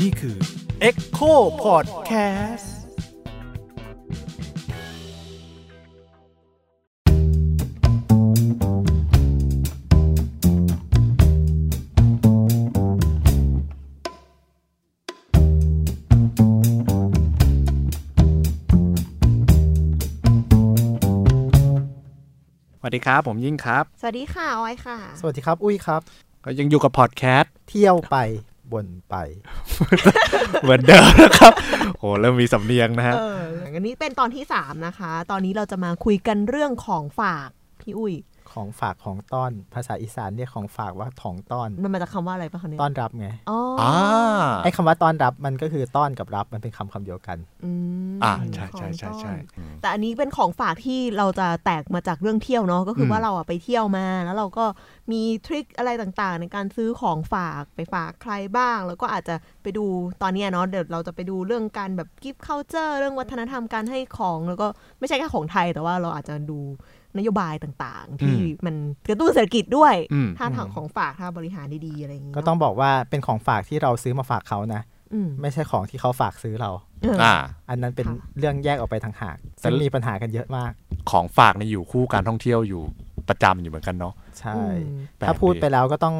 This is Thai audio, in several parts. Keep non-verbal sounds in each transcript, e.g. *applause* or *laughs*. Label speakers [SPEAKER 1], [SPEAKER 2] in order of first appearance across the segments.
[SPEAKER 1] นี่คือ
[SPEAKER 2] Echo Podcast
[SPEAKER 1] สวัสดีครับ ผมยิ่งครับ
[SPEAKER 3] สวัสดีค่ะ ออยค่ะ
[SPEAKER 2] สวัสดีครับ อุ้ยครับ
[SPEAKER 1] ก็ยังอยู่กับพอดแคสต์
[SPEAKER 2] เที่ยวไปบนไป
[SPEAKER 1] เหมือนเดิมนะครับโอ้เริ่มมีสำเนียงนะฮะ
[SPEAKER 3] เอออันนี้เป็นตอนที่ 3 นะคะ ตอนนี้เราจะมาคุยกันเรื่องของฝาก พี่อุ้ย
[SPEAKER 2] ของฝากของต้อน ภาษาอีสานเรียกของฝากว่าของต้อน
[SPEAKER 3] มันมาจากคำว่าอะไรปะคะเนี่ย
[SPEAKER 2] ต้อนรับไง
[SPEAKER 3] อ๋ออ
[SPEAKER 1] อ่า
[SPEAKER 2] ไอ้คำว่าต้อนรับมันก็คือต้อนกับรับมันเป็นคำคำเดียวกัน
[SPEAKER 3] อืม
[SPEAKER 1] อ่าใช่ใช่
[SPEAKER 3] ของ
[SPEAKER 1] ใช่ใช่
[SPEAKER 3] ต้อนแต่อันนี้เป็นของฝากที่เราจะแตกมาจากเรื่องเที่ยวเนาะ ก็คือ
[SPEAKER 1] ม
[SPEAKER 3] ว่าเราอะไปเที่ยวมา แล้วเราก็มีทริคอะไรต่างๆ ในการซื้อของฝากไปฝากใครบ้าง แล้วก็อาจจะไปดูตอนเนี้ยเนาะ เดี๋ยวเราจะไปดูเรื่องการแบบกิฟต์เคาเจอร์เรื่องวัฒนธรรมการให้ของ แล้วก็ไม่ใช่แค่ของไทย แต่ว่าเราอาจจะดูนโยบายต่างๆ ที่
[SPEAKER 1] อืม
[SPEAKER 3] มันกระตุ้นเศรษฐกิจด้วย
[SPEAKER 1] อืม
[SPEAKER 3] ถ้าทางของฝากถ้าบริหารดีๆอะไรอย่างงี้
[SPEAKER 2] ก็ต้องบอกว่าเป็นของฝากที่เราซื้อมาฝากเขานะ
[SPEAKER 3] อืม
[SPEAKER 2] ไม่ใช่ของที่เขาฝากซื้อเรา
[SPEAKER 3] เออ
[SPEAKER 1] อ่า
[SPEAKER 2] อันนั้นเป็น
[SPEAKER 3] ค่ะ
[SPEAKER 2] เรื่องแยกออกไปทางหากซึ่ง
[SPEAKER 1] แต่
[SPEAKER 2] มีปัญหากันเยอะมาก
[SPEAKER 1] ของฝากเนี่ยอยู่คู่การท่องเที่ยวอยู่ประจำอยู่เหมือนกันเนาะ
[SPEAKER 2] ใช่
[SPEAKER 3] อืม
[SPEAKER 2] ถ้าพูดไปแล้วก็ต้อง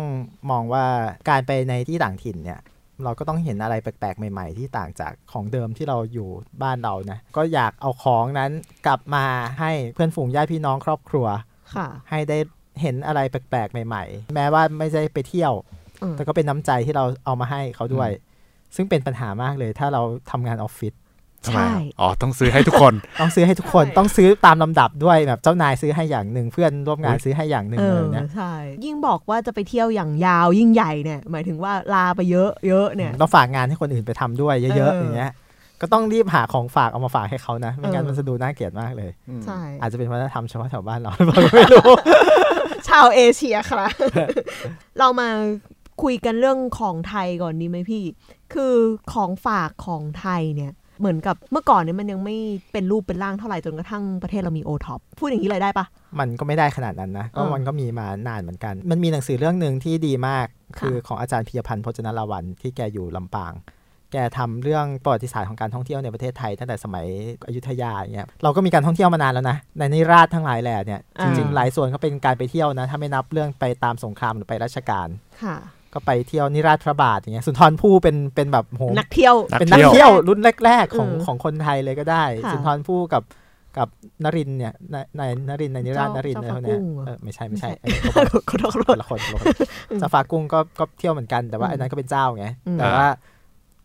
[SPEAKER 2] มองว่าการไปในที่ต่างถิ่นเนี่ย เราก็ต้องเห็นอะไรแปลกๆใหม่ ๆ ที่ต่างจากของเดิมที่เราอยู่บ้านเรานะก็อยากเอาของนั้นกลับมาให้เพื่อนฝูงญาติพี่น้องครอบครัว
[SPEAKER 3] ค่ะ
[SPEAKER 2] ให้ได้เห็นอะไรแปลกๆใหม่ ๆ แม้ว่าไม่ใช่ไปเที่ยว
[SPEAKER 3] อืม
[SPEAKER 2] แต่ก็เป็นน้ำใจที่เราเอามาให้เขาด้วย ซึ่งเป็นปัญหามากเลยถ้าเราทำงานออฟฟิศ
[SPEAKER 1] ทำไมอ่ะ
[SPEAKER 3] ใช่
[SPEAKER 1] อ๋อ ต้องซื้อให้ทุกคน
[SPEAKER 2] ต้องซื้อให้ทุก
[SPEAKER 3] *laughs*
[SPEAKER 2] คน
[SPEAKER 3] ใช่
[SPEAKER 2] ต้องซื้อตามลำดับด้วยแบบเจ้านายซื้อให้อย่างหนึ่งเพื่อนร่วมงานซื้อให้อย่างหนึ่ง
[SPEAKER 3] เอ
[SPEAKER 2] อะไร
[SPEAKER 3] อ
[SPEAKER 2] แบบเนี้ย
[SPEAKER 3] ใช่ ยิ่งบอกว่าจะไปเที่ยวอย่างยาวยิ่งใหญ่เนี่ย หมายถึงว่าลาไปเยอะเยอะเนี่ย
[SPEAKER 2] ต้องฝากงานให้คนอื่นไปทำด้วยเยอะๆ
[SPEAKER 3] เออ
[SPEAKER 2] อ
[SPEAKER 3] อย่าง
[SPEAKER 2] เงี้ย ก็ต้องรีบหาของฝากเอามาฝากให้เขานะไม่งั้น
[SPEAKER 3] เออ
[SPEAKER 2] มันจะดูน่าเกลียดมากเลย
[SPEAKER 3] ใช่
[SPEAKER 2] อาจจะเป็นวัฒนธรรมเฉพาะแถวบ้านเราหรือเปล่า *laughs* ก็ไม่รู้
[SPEAKER 3] ชาวเอเชีย
[SPEAKER 2] *laughs*
[SPEAKER 3] ค่ะ เรามาคุยกันเรื่องของไทยก่อนดีไหมพี่ คือของฝากของไทยเนี่ย เหมือนกับเมื่อก่อนเนี่ยมันยังไม่เป็นรูปเป็นร่างเท่าไหร่จนกระทั่งประเทศเรามีโอท็อปพูดอย่างนี้เลยได้ปะ
[SPEAKER 2] มันก็ไม่ได้ขนาดนั้นนะก็
[SPEAKER 3] เออ
[SPEAKER 2] มันก็มีมานานเหมือนกัน มันมีหนังสือเรื่องหนึ่งที่ดีมาก คือของอาจารย์พิยพันธ์พจนราวันที่แกอยู่ลำปาง แกทำเรื่องประวัติศาสตร์ของการท่องเที่ยวในประเทศไทยตั้งแต่สมัยอยุธยาอย่างเงี้ยเราก็มีการท่องเที่ยวมานานแล้วนะในนิราชทั้งหลายแหล่เนี่ยจ
[SPEAKER 3] อ่า
[SPEAKER 2] ริงๆหลายส่วนก็เป็นการไปเที่ยวนะถ้าไม่นับเรื่องไปตามสงครามหรือไปราชการ
[SPEAKER 3] ค่ะ
[SPEAKER 2] ก็ไปเที่ยวนิราชพระบาทอย่างเงี้ยสุนทรภู่เป็นเป็นแบบโห
[SPEAKER 3] นักเที่ยว
[SPEAKER 1] นัก
[SPEAKER 2] เป็นนัก
[SPEAKER 1] เที่
[SPEAKER 2] เที่
[SPEAKER 1] ย
[SPEAKER 2] ยว วรุ่นแรก ๆ ของ
[SPEAKER 3] เออ
[SPEAKER 2] ของคนไทยเลยก็ได้
[SPEAKER 3] ค่ะ
[SPEAKER 2] สุนทรภู่กับกับนรินทร์เนี่ยนายนายนรินทร์นายนิราชน
[SPEAKER 3] เจ้า
[SPEAKER 2] รินทร์อะไรพวก
[SPEAKER 3] เจ้าฟ้า
[SPEAKER 2] เนี้ย
[SPEAKER 3] กุ้งเหรอ
[SPEAKER 2] เออไม่ใช่ไม่ใช่
[SPEAKER 3] *laughs* ขอโทษขอโท
[SPEAKER 2] *laughs* ค
[SPEAKER 3] ษ
[SPEAKER 2] นละคนคนละคนซาฟากุ้งก็ก็เที่ยวเหมือนกันแต่ว่าอันนั้นก็เป็นเจ้าไง
[SPEAKER 3] อืม
[SPEAKER 2] แต่ว่า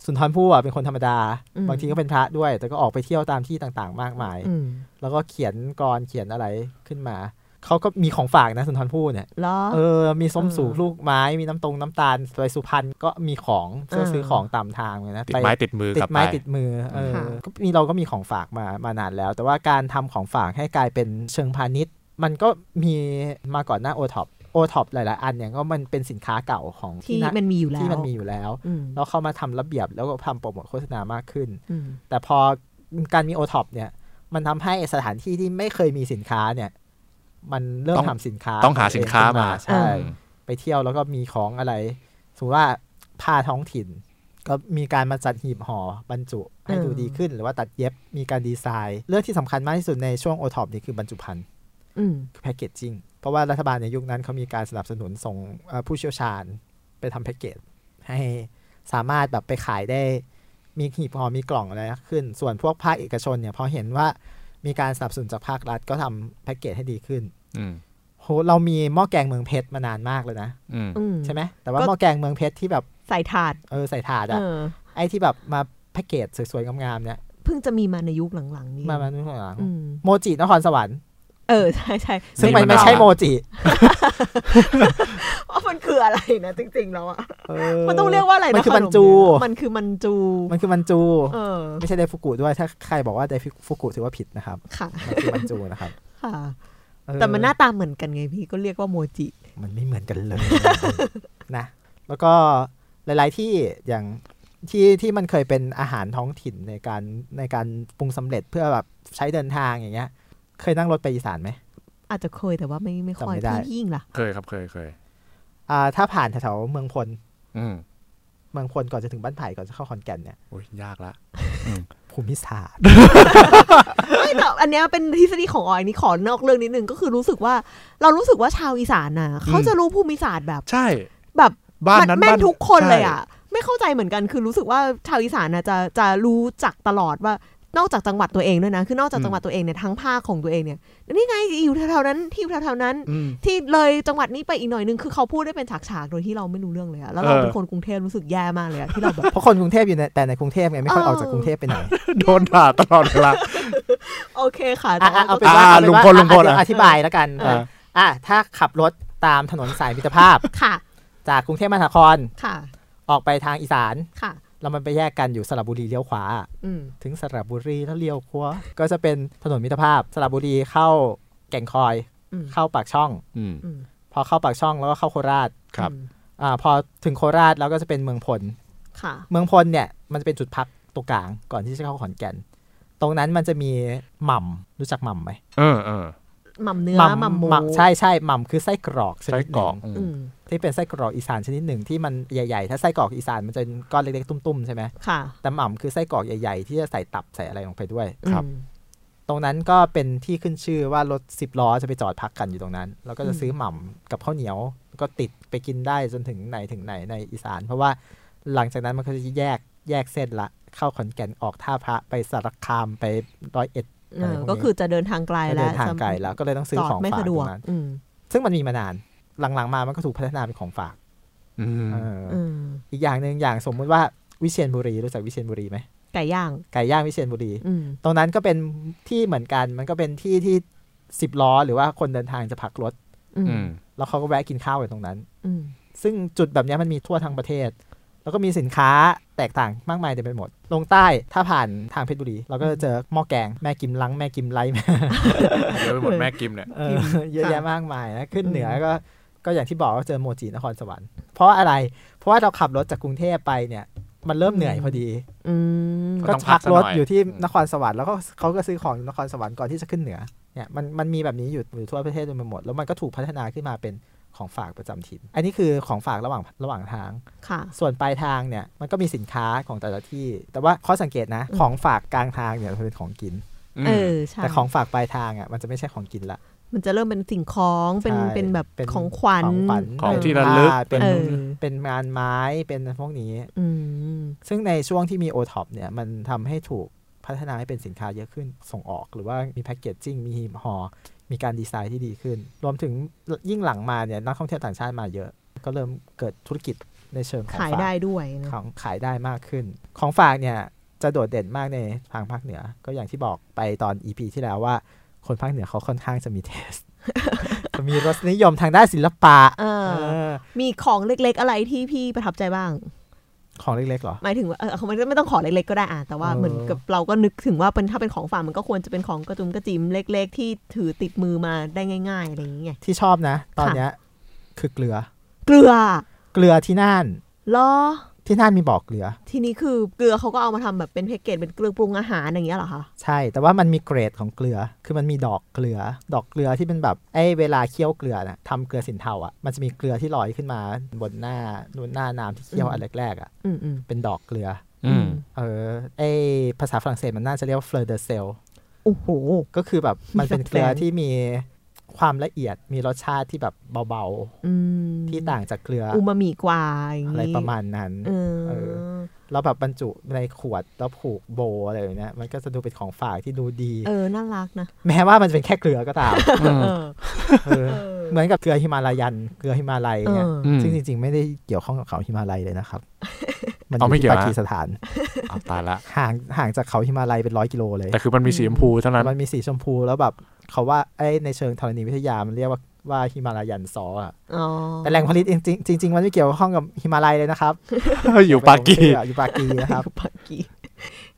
[SPEAKER 2] สุนทรภู่อ่ะเป็นคนธรรมดา
[SPEAKER 3] อืม
[SPEAKER 2] บางทีก็เป็นพระด้วย แต่ก็ออกไปเที่ยวตามที่ต่างๆ มากมาย
[SPEAKER 3] อืม
[SPEAKER 2] แล้วก็เขียนกรเขียนอะไรขึ้นมาเขาก็มีของฝากนะสุนทรภู่เนี่ย
[SPEAKER 3] แล้ว
[SPEAKER 2] เออ มีส้ม
[SPEAKER 3] เออ
[SPEAKER 2] สูงลูกไม้ มีน้ำตรงน้ำตาลไปสุพรรณก็มีของ
[SPEAKER 3] เออ
[SPEAKER 2] ซื้อของตามทางเลยนะ
[SPEAKER 1] ติด
[SPEAKER 2] ป
[SPEAKER 1] ไม้ติดมือ
[SPEAKER 2] ติ
[SPEAKER 1] กลับ
[SPEAKER 2] ด
[SPEAKER 1] ไป
[SPEAKER 2] ไม้ติดมือเออ
[SPEAKER 3] ค่ะ
[SPEAKER 2] ก็มีเราก็มีของฝากมามานานแล้ว แต่ว่าการทำของฝากให้กลายเป็นเชิงพาณิชย์ มันก็มีมาก่อนหน้าโอท็อปโอท็อปหลาย ๆ อันเนี่ยก็มันเป็นสินค้าเก่าของ
[SPEAKER 3] ที่
[SPEAKER 2] นะ
[SPEAKER 3] มันมีอยู่แล้ว
[SPEAKER 2] ที่มันมีอยู่แล้ว
[SPEAKER 3] อืม
[SPEAKER 2] แล้วเข้ามาทำระเบียบแล้วก็ทำโปรโมทโฆษณามากขึ้น
[SPEAKER 3] อืม
[SPEAKER 2] แต่พอการมีโอท็อปเนี่ยมันทำให้สถานที่ที่ไม่เคยมีสินค้าเนี่ย มันเริ่มทำสินค้า
[SPEAKER 1] ต้องหาสินค้ามา
[SPEAKER 2] ใช่
[SPEAKER 3] อ่า
[SPEAKER 2] ไปเที่ยวแล้วก็มีของอะไรสมมติว่าผ้าท้องถิ่น ก็มีการมาจัดหีบห่อบรรจุให้ดูดีขึ้น หรือว่าตัดเย็บมีการดีไซน์ เรื่องที่สำคัญมากที่สุดในช่วงโอท็อปนี่คือบรรจุภัณฑ์
[SPEAKER 3] อืม
[SPEAKER 2] คือแพคเกจจิ้งเพราะว่ารัฐบาลในยุคนั้นเขามีการสนับสนุนส่งเอ่อผู้เชี่ยวชาญไปทำแพ็กเกจให้สามารถแบบไปขายได้ มีหีบห่อมีกล่องอะไรขึ้น ส่วนพวกภาคเอกชนเนี่ยพอเห็นว่ามีการสนับสนุนจากภาครัฐก็ทำแพ็กเกจให้ดีขึ้น
[SPEAKER 1] อืม
[SPEAKER 2] โหเรามีหม้อแกงเมืองเพชรมานานมากเลยนะ
[SPEAKER 1] อืม
[SPEAKER 3] อืม
[SPEAKER 2] ใช่ไหมแต่ว่า
[SPEAKER 3] ก็
[SPEAKER 2] หม้อแกงเมืองเพชรที่แบบ
[SPEAKER 3] ใส่ถาด
[SPEAKER 2] เออใส่ถาด
[SPEAKER 3] เอ
[SPEAKER 2] อะ
[SPEAKER 3] อ
[SPEAKER 2] ไอ้ที่แบบมาแพ็กเกจสวยๆงามๆเนี่ย
[SPEAKER 3] เพิ่งจะมีมาในยุคหลังๆนี้
[SPEAKER 2] มามานู่นหลัง
[SPEAKER 3] อืม
[SPEAKER 2] โมจินครสวรรค์
[SPEAKER 3] เออ ใช่ใช่
[SPEAKER 2] ซึ่ง
[SPEAKER 1] มั
[SPEAKER 2] มัน น
[SPEAKER 1] มี
[SPEAKER 2] ไม่
[SPEAKER 1] มานาน
[SPEAKER 2] ใช่โมจิ
[SPEAKER 3] ว่ามันคืออะไรนะ จริง ๆ แล้วอ่ะ
[SPEAKER 2] เอ
[SPEAKER 3] มันต้องเรียกว่าอะไรนะ
[SPEAKER 2] มันคือ
[SPEAKER 3] ข
[SPEAKER 2] มันจู
[SPEAKER 3] เนี่ยมันคือมันจู
[SPEAKER 2] มันคือมันจู
[SPEAKER 3] เออ
[SPEAKER 2] ไม่ใช่ไดฟุกุด้วยถ้าใครบอกว่าไดฟุกุถือว่าผิดนะครับ
[SPEAKER 3] ค่ะ
[SPEAKER 2] มันคือมันจูนะครับ
[SPEAKER 3] ค่ะ
[SPEAKER 2] เออ
[SPEAKER 3] แต่มันหน้าตาเหมือนกันไงพี่ ก็เรียกว่าโมจิ
[SPEAKER 2] มันไม่เหมือนกันเลย นะ แล้วก็หลาย ๆ ที่อย่างที่ที่มันเคยเป็นอาหารท้องถิ่นในการในการปรุงสำเร็จเพื่อแบบใช้เดินทางอย่างเงี้ย เคยนั่งรถไปอีสานไหม
[SPEAKER 3] อาจจะเคยแต่ว่าไม่ไม่ค่อ
[SPEAKER 2] จำ
[SPEAKER 3] ย
[SPEAKER 2] ไม่ได้
[SPEAKER 3] พี่ยิ่งล่ะ
[SPEAKER 1] เคยครับเคยเคย
[SPEAKER 2] อ่าถ้าผ่านแถวๆเมืองพล
[SPEAKER 1] อืม
[SPEAKER 2] เมืองพลก่อนจะถึงบ้านไผ่ก่อนจะเข้าขอนแก่นเนี่ย
[SPEAKER 1] โอ้ยยากละ
[SPEAKER 2] ภูมิศา
[SPEAKER 1] *laughs*
[SPEAKER 2] สตร์
[SPEAKER 3] ไม่แต่อันเนี้ยเป็นทฤษฎีของออยนี่ขอนอกเรื่องนิดนึงก็คือรู้สึกว่าเรารู้สึกว่าชาวอีสานน่ะเขาจะรู้ภูมิศาสตร์แบบ
[SPEAKER 1] ใช่
[SPEAKER 3] แบบ
[SPEAKER 1] บ้านนั้น
[SPEAKER 3] แม่น
[SPEAKER 1] บ้า
[SPEAKER 3] ทุกคนเลย
[SPEAKER 1] ใช่
[SPEAKER 3] อ่ะ ไม่เข้าใจเหมือนกันคือรู้สึกว่าชาวอีสานน่ะจะจะรู้จักตลอดว่านอกจากจังหวัดตัวเองด้วยนะ คือนอกจากจังหวัดตัวเองเนี่ยทั้งภาคของตัวเองเนี่ยนี่ไงอยู่แถวๆนั้นที่อยู่แถวๆนั้น
[SPEAKER 1] อืม
[SPEAKER 3] ที่เลยจังหวัดนี้ไปอีกหน่อยนึงคือเขาพูดได้เป็นฉากๆโดยที่เราไม่รู้เรื่องเลยอะแล้วเรา
[SPEAKER 1] เออ
[SPEAKER 3] เป็นคนกรุงเทพรู้สึกแย่มากเลยอะที่เราแบบ
[SPEAKER 2] เพราะคนกรุงเทพอยู่ในแต่ในกรุงเทพไงไม่ค่อยอ
[SPEAKER 3] เออ
[SPEAKER 2] อกจากกรุงเทพไปไหน
[SPEAKER 1] โดนด่าตลอดเวลา
[SPEAKER 3] โอเคค่ะ
[SPEAKER 2] อ่ะ
[SPEAKER 3] แต่
[SPEAKER 2] อ่ะ
[SPEAKER 3] ว่า
[SPEAKER 2] เอา
[SPEAKER 3] ก็
[SPEAKER 2] เป็นว่า
[SPEAKER 1] อ่ะ
[SPEAKER 2] เอาเป็นว่า
[SPEAKER 1] ลุงพลลุงพล
[SPEAKER 2] อ่ะเดี๋ยวอ
[SPEAKER 1] อ่ะ
[SPEAKER 2] ธิบายแล้วกัน
[SPEAKER 1] อ่า
[SPEAKER 2] อ่ะถ้าขับรถตามถนนสายมิตรภาพ
[SPEAKER 3] ค่ะ
[SPEAKER 2] จากกรุงเทพมหานคร
[SPEAKER 3] ค่ะ
[SPEAKER 2] ออกไปทางอีสาน
[SPEAKER 3] ค่ะ
[SPEAKER 2] แล้วมันไปแยกกันอยู่สระบุรีเลี้ยวขวา
[SPEAKER 3] อืม
[SPEAKER 2] ถึงสระบุรีแล้วเลี้ยวขวาก็จะเป็นถนนมิตรภาพ สระบุรีเข้าแก่งคอย
[SPEAKER 3] อืม
[SPEAKER 2] เข้าปากช่อง
[SPEAKER 1] อืม
[SPEAKER 3] อืม
[SPEAKER 2] พอเข้าปากช่องแล้วก็เข้าโคราช
[SPEAKER 1] ครับ
[SPEAKER 3] อืม
[SPEAKER 2] อ่าพอถึงโคราชแล้วก็จะเป็นเมืองพล
[SPEAKER 3] ค่ะ
[SPEAKER 2] เมืองพลเนี่ยมันจะเป็นจุดพักตรงกลางก่อนที่จะเข้าขอนแก่น ตรงนั้นมันจะมีหม่ำรู้จักหม่ำไหม
[SPEAKER 1] เออเออ
[SPEAKER 3] หม่ำเนื้อหม่ำหมู
[SPEAKER 2] ใช่ใช่หม่ำคือไส้กรอกช
[SPEAKER 1] ใช้
[SPEAKER 2] นิดหนึ่ง
[SPEAKER 1] กรอกอื
[SPEAKER 3] อื
[SPEAKER 1] ม
[SPEAKER 3] ม
[SPEAKER 2] ที่เป็นไส้กรอกอีสานชนิดหนึ่งที่มันใหญ่ๆ ถ้าไส้กรอกอีสานมันจะเป็นก้อนเล็กๆตุ้มๆใช่ไหม
[SPEAKER 3] ค่ะ
[SPEAKER 2] แต่หม่ำคือไส้กรอกใหญ่ๆ ที่จะใส่ตับใส่อะไรลงไปด้วย
[SPEAKER 1] ครับ
[SPEAKER 3] อืม
[SPEAKER 2] ตรงนั้นก็เป็นที่ขึ้นชื่อว่ารถสิบล้อจะไปจอดพักกันอยู่ตรงนั้น แล้วก็จะ
[SPEAKER 3] อืม
[SPEAKER 2] ซื้อหม่ำกับข้าวเหนียวก็ติดไปกินได้จนถึงไหนถึงไหนในอีสาน เพราะว่าหลังจากนั้นมันก็จะแยกแยกเส้นละ เข้าขอนแก่นออกท่าพระไปสารคามไปร้อยเอ็ด
[SPEAKER 3] เออ
[SPEAKER 2] พวกนี้
[SPEAKER 3] ก็คือจะเดินทางไกล
[SPEAKER 2] ก็
[SPEAKER 3] แล้
[SPEAKER 2] เดิ
[SPEAKER 3] วน
[SPEAKER 2] ทางไกลแล้วก็เลยต้องซื้อ
[SPEAKER 3] จอด
[SPEAKER 2] ของ
[SPEAKER 3] ไม่
[SPEAKER 2] ฝาก
[SPEAKER 3] สะ
[SPEAKER 2] ต
[SPEAKER 3] ด
[SPEAKER 2] ร
[SPEAKER 3] วก
[SPEAKER 2] งนั้น
[SPEAKER 3] อืม
[SPEAKER 2] ซึ่งมันมีมานานหลังๆมามันก็ถูกพัฒนาเป็นของฝาก
[SPEAKER 1] อืม
[SPEAKER 2] เอออ
[SPEAKER 3] อืม
[SPEAKER 2] อีกอย่างหนึ่งอย่างสมมุติว่าวิเชียรบุรีรู้จักวิเชียรบุรีไหม
[SPEAKER 3] ไก่ย่าง
[SPEAKER 2] ไก่ย่างวิเชียรบุรี
[SPEAKER 3] อืม
[SPEAKER 2] ตรงนั้นก็เป็นที่เหมือนกัน มันก็เป็นที่ที่สิบล้อหรือว่าคนเดินทางจะพักรถ
[SPEAKER 3] อืม
[SPEAKER 1] อืม
[SPEAKER 2] แล้วเขาก็แวะกินข้าวอยู่ตรงนั้น
[SPEAKER 3] อืม
[SPEAKER 2] ซึ่งจุดแบบเนี้ยมันมีทั่วทั้งประเทศ แล้วก็มีสินค้าแตกต่างมากมายเต็มไปหมด ลงใต้ถ้าผ่านทางเพชรบุรี เราก็จะเจอหม้อแกงแม่กิมลังแม่กิมไลแม่
[SPEAKER 1] เดี๋ยวไปหมดแม่กิมเนี่ย
[SPEAKER 2] *laughs* เออเยอะแยะมากมายนะขึ้นเหนือก็ก็อย่างที่บอกว่าเจอโมจินครสวรรค์เพราะอะไร เพราะว่าเราขับรถจากกรุงเทพไปเนี่ย มันเริ่มเหนื่อยพอดี
[SPEAKER 3] อืม
[SPEAKER 1] ก็
[SPEAKER 2] ก็
[SPEAKER 1] ต้องพั
[SPEAKER 2] พั
[SPEAKER 1] ก
[SPEAKER 2] ก
[SPEAKER 1] สักห
[SPEAKER 2] ร
[SPEAKER 1] น่อย
[SPEAKER 2] ถอยู่ที่นครสวรรค์แล้วก็เขาก็ซื้อของอยู่นครสวรรค์ก่อนที่จะขึ้นเหนือเนี่ยมันมันมีแบบนี้อยู่อยู่ทั่วประเทศจนไปหมด แล้วมันก็ถูกพัฒนาขึ้นมาเป็นของฝากประจำถิ่น อันนี้คือของฝากระหว่างระหว่างทาง
[SPEAKER 3] ค่ะ
[SPEAKER 2] ส่วนปลายทางเนี่ยมันก็มีสินค้าของแต่ละที่ แต่ว่าข้อสังเกตนะ
[SPEAKER 3] อืม
[SPEAKER 2] ของฝากกลางทางเนี่ยมันเป็นของกิน
[SPEAKER 3] เออใช่
[SPEAKER 2] แต่ของฝากปลายทางอ่ะมันจะไม่ใช่ของกินละ
[SPEAKER 3] มันจะเริ่มเป็นสิ่งของเป็น
[SPEAKER 2] ใช่
[SPEAKER 3] เป็นแบบ
[SPEAKER 2] เป็น
[SPEAKER 3] ของขวัญ
[SPEAKER 2] ของขวัญ
[SPEAKER 1] ของ
[SPEAKER 2] เป็น
[SPEAKER 1] ที่ระลึก
[SPEAKER 2] ผ้าเป็น
[SPEAKER 3] เออ
[SPEAKER 2] เป็นงานไม้เป็นพวกนี้
[SPEAKER 3] อืม
[SPEAKER 2] ซึ่งในช่วงที่มีโอท็อปเนี่ยมันทำให้ถูกพัฒนาให้เป็นสินค้าเยอะขึ้นส่งออกหรือว่ามีแพคเกจจิ้งมีหีบห่อมีการดีไซน์ที่ดีขึ้น รวมถึงยิ่งหลังมาเนี่ยนักท่องเที่ยวต่างชาติมาเยอะ ก็เริ่มเกิดธุรกิจในเชิงของ
[SPEAKER 3] ขาย
[SPEAKER 2] ฝาก
[SPEAKER 3] ได้ด้วยนะ
[SPEAKER 2] ของขายได้มากขึ้น ของฝากเนี่ยจะโดดเด่นมากในทางภาคเหนือ ก็อย่างที่บอกไปตอน EP ที่แล้วว่าคนภาคเหนือเขาค่อนข้างจะมีเทส
[SPEAKER 3] *laughs*
[SPEAKER 2] จะมีรสนิยมทางด้านศิลปะ
[SPEAKER 3] เออ
[SPEAKER 2] เออ
[SPEAKER 3] มีของเล็กๆ อะไรที่พี่ประทับใจบ้าง
[SPEAKER 2] ของเล็กๆเหรอ
[SPEAKER 3] หมายถึงว่าเออมันไม่ต้องของเล็กๆ ก็ได้อ่ะแต่ว่า
[SPEAKER 2] เออ
[SPEAKER 3] เหมือนกับเราก็นึกถึงว่าเป็นถ้าเป็นของฝากมันก็ควรจะเป็นของกระจุมกระจิมเล็ก ๆ ที่ถือติดมือมาได้ง่าย ๆอะไรอย่างเงี้ย
[SPEAKER 2] ที่ชอบนะ ตอน
[SPEAKER 3] ค่ะ
[SPEAKER 2] เนี้ยคือเกลือ
[SPEAKER 3] เกลือ
[SPEAKER 2] เกลือที่น่าน
[SPEAKER 3] เหรอ
[SPEAKER 2] ที่น่านมีบ่อเกลือ
[SPEAKER 3] ทีนี้คือเกลือเขาก็เอามาทำแบบเป็นแพ็กเกจเป็นเกลือปรุงอาหารอย่างเงี้ยเหรอคะ
[SPEAKER 2] ใช่ แต่ว่ามันมีเกรดของเกลือ คือมันมีดอกเกลือ ดอกเกลือที่เป็นแบบไอ้เวลาเคี่ยวเกลือนะทำเกลือสินเทาอะ่ะ มันจะมีเกลือที่ลอยขึ้นมาบนหน้านูนหน้าน้ำที่เคี่ยวอันแรกๆอะ่ะ
[SPEAKER 3] อืมอืม
[SPEAKER 2] เป็นดอกเกลือ
[SPEAKER 1] อืม
[SPEAKER 2] เออไอภาษาฝรั่งเศสมันน่าจะเรียกว่าเฟลเดอร์เซล
[SPEAKER 3] โอ้โห
[SPEAKER 2] ก็คือแบบมันเป็น
[SPEAKER 3] ซั
[SPEAKER 2] เก
[SPEAKER 3] บแซน
[SPEAKER 2] ลือที่มีความละเอียด มีรสชาติที่แบบเบา
[SPEAKER 3] อืม
[SPEAKER 2] ๆ ที่ต่างจากเกลือ
[SPEAKER 3] อูมามิกว่าอย่าง
[SPEAKER 2] อะไร
[SPEAKER 3] งี้
[SPEAKER 2] ประมาณนั้น
[SPEAKER 3] เออ
[SPEAKER 2] เอ แล้วแบบบรรจุในขวดแล้วผูกโบว์อะไรอย่างเงี้ย มันก็จะดูเป็นของฝากที่ดูดี
[SPEAKER 3] เออน่ารักนะ
[SPEAKER 2] แม้ว่ามันจะเป็นแค่เกลือก็ตาม
[SPEAKER 3] เออ
[SPEAKER 2] เออ
[SPEAKER 3] เออ
[SPEAKER 2] เหมือนกับเกลือฮิมาลายัน เกลือฮิมาลัย
[SPEAKER 3] เอ
[SPEAKER 2] เนี่ย
[SPEAKER 3] อ
[SPEAKER 1] อืม
[SPEAKER 2] ซึ่งจริงๆ ไม่ได้เกี่ยวข้องกับเขาฮิมาลัยเลยนะครับ มันอ
[SPEAKER 1] เอา
[SPEAKER 2] ยู่
[SPEAKER 1] ไม่เกี่
[SPEAKER 2] ที่
[SPEAKER 1] ยว
[SPEAKER 2] ปา
[SPEAKER 1] ฮะ
[SPEAKER 2] กีสถาน
[SPEAKER 1] เอาตายละ
[SPEAKER 2] ห่างห่างจากเขาฮิมาลัยเป็นร้อยกิโลเลย
[SPEAKER 1] แต่คือมันมีสีชมพูเท่านั้น
[SPEAKER 2] มันมีสีชมพูแล้วแบบเขาว่าไอ้ในเชิงธรณีวิทยามันเรียกว่าว่าฮิมาลายันซออะ
[SPEAKER 3] อ๋อ
[SPEAKER 2] แต่แหล่งผลิตจริงๆจริงๆมันไม่เกี่ยวข้องกับฮิมาลัยเลยนะครับ
[SPEAKER 1] อยู่ปากี
[SPEAKER 2] เป็นของเชื่ออยู่ปากีนะครับ
[SPEAKER 3] ปากี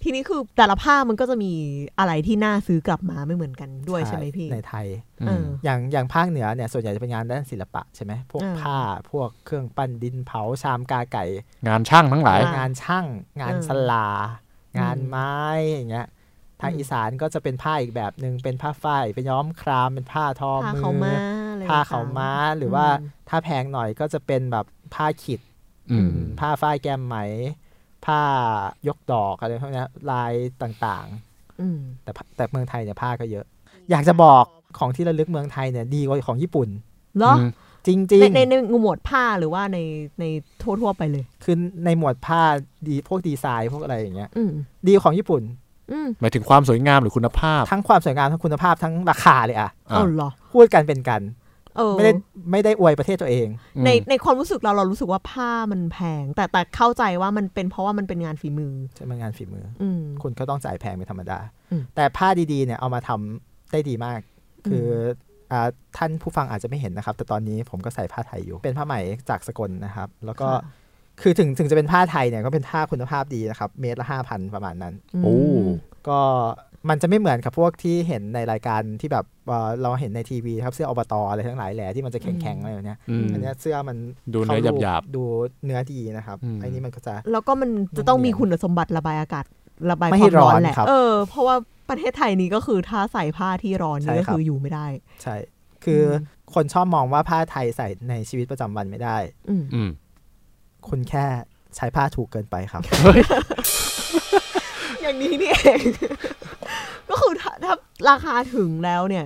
[SPEAKER 3] ทีนี้คือแต่ละภาคมันก็จะมีอะไรที่น่าซื้อกลับมาไม่เหมือนกันด้วยใช่ไหมพี่
[SPEAKER 2] ในไทย
[SPEAKER 3] เออ
[SPEAKER 2] อย่างอย่างภาคเหนือเนี่ยส่วนใหญ่จะเป็นงานด้านศิลปะใช่ไหมพวก
[SPEAKER 3] อ่า
[SPEAKER 2] ผ้าพวกเครื่องปั้นดินเผาชามกาไก่
[SPEAKER 1] งานช่างทั้งหลาย
[SPEAKER 3] อ่ะ
[SPEAKER 2] งานช่างงาน
[SPEAKER 3] เออ
[SPEAKER 2] สลา งานไม้อย่างเงี้ยทาง
[SPEAKER 3] อืม
[SPEAKER 2] อีสานก็จะเป็นผ้าอีกแบบหนึ่งเป็นผ้าฝ้ายเป็นย้อมครามเป็นผ้าทอ
[SPEAKER 3] พา
[SPEAKER 2] มื
[SPEAKER 3] เขา
[SPEAKER 2] อ
[SPEAKER 3] มาอะไร
[SPEAKER 2] ผ้าขาวม้าหรือว่าถ้าแพงหน่อยก็จะเป็นแบบผ้าขิด
[SPEAKER 1] อืม
[SPEAKER 2] ผ้าฝ้ายแก้มไหม ผ้ายกดอกอะไรพวกเนี้ยลายต่าง
[SPEAKER 3] อืม
[SPEAKER 2] ๆ แต่ผ้าแต่เมืองไทยเนี่ยผ้าก็เยอะ อยากจะบอกของที่ระลึกเมืองไทยเนี่ยดีกว่าของญี่ปุ่น
[SPEAKER 3] เหรอ
[SPEAKER 2] จริง
[SPEAKER 3] ในในในหมวดผ้าหรือว่าในในทั่วทั่วๆไปเลย
[SPEAKER 2] ๆ คือในหมวดผ้าดีพวกดีไซน์พวกอะไรอย่างเงี้ย
[SPEAKER 3] อืม
[SPEAKER 2] ดีกว่าของญี่ปุ่น
[SPEAKER 3] อืม
[SPEAKER 1] หมายถึงความสวยงามหรือคุณภาพ
[SPEAKER 2] ทั้งความสวยงามทั้งคุณภาพทั้งราคาเลยอะ
[SPEAKER 1] อ่ะ
[SPEAKER 3] เอาเหรอ
[SPEAKER 2] พูดกันเป็นกัน
[SPEAKER 3] เออ
[SPEAKER 2] ไม่ได้ไม่ได้อวยประเทศตัวเอง
[SPEAKER 1] อืม
[SPEAKER 3] ในในความรู้สึกเราเรารู้สึกว่าผ้ามันแพง แต่แต่เข้าใจว่ามันเป็นเพราะว่ามันเป็นงานฝีมือ
[SPEAKER 2] ใช่ไหมงานฝีมือ
[SPEAKER 3] อืม
[SPEAKER 2] คุณก็ต้องจ่ายแพงเป็นธรรมดา
[SPEAKER 3] อืม
[SPEAKER 2] แต่ผ้าดีๆเนี่ยเอามาทำได้ดีมาก
[SPEAKER 3] อืม
[SPEAKER 2] คืออ่าท่านผู้ฟังอาจจะไม่เห็นนะครับ แต่ตอนนี้ผมก็ใส่ผ้าไทยอยู่ เป็นผ้าไหมจากสกลนะครับ แล้วก็คือถึงถึงจะเป็นผ้าไทยเนี่ยก็เป็นผ้าคุณภาพดีนะครับ เมตรละห้าพันประมาณนั้น
[SPEAKER 1] โอ้
[SPEAKER 3] ม
[SPEAKER 2] ก็มันจะไม่เหมือนกับพวกที่เห็นในรายการที่แบบเอ่อเราเห็นในทีวีครับเสื้ออบตอะไรทั้งหลายแหล่ที่มันจะแข็งๆอะไรอย่างเนี้ย
[SPEAKER 1] อืม
[SPEAKER 2] อันเนี้ยเสื้อมัน
[SPEAKER 1] ดูเนื้อ
[SPEAKER 2] ข้ารูป
[SPEAKER 1] หยาบๆ
[SPEAKER 2] ดูเนื้อดีนะครับ
[SPEAKER 1] อืม
[SPEAKER 2] ไอ้นี่มันก็จะ
[SPEAKER 3] แล้วก็มันจะต้องมีคุณสมบัติระบายอากาศระบาย
[SPEAKER 2] ไม่
[SPEAKER 3] ค
[SPEAKER 2] ให้
[SPEAKER 3] วามร้อน
[SPEAKER 2] ร้อน
[SPEAKER 3] แหละ
[SPEAKER 2] ครับ
[SPEAKER 3] เออเพราะว่าประเทศไทยนี้ก็คือถ้าใส่ผ้าที่ร้อนนี่
[SPEAKER 2] ใช่
[SPEAKER 3] ก็
[SPEAKER 2] ครับ
[SPEAKER 3] คืออยู่ไม่ได้
[SPEAKER 2] ใช่ คืออ
[SPEAKER 3] ม
[SPEAKER 2] คนชอบมองว่าผ้าไทยใส่ในชีวิตประจำวันไม่ได้
[SPEAKER 3] อืม
[SPEAKER 1] อืม
[SPEAKER 2] คุณแค่ใช้ผ้าถูกเกินไป
[SPEAKER 1] *laughs*
[SPEAKER 2] ครับ
[SPEAKER 3] อย่างนี้นี่เอง *laughs* ก็คือถ้าถ้าราคาถึงแล้วเนี่ย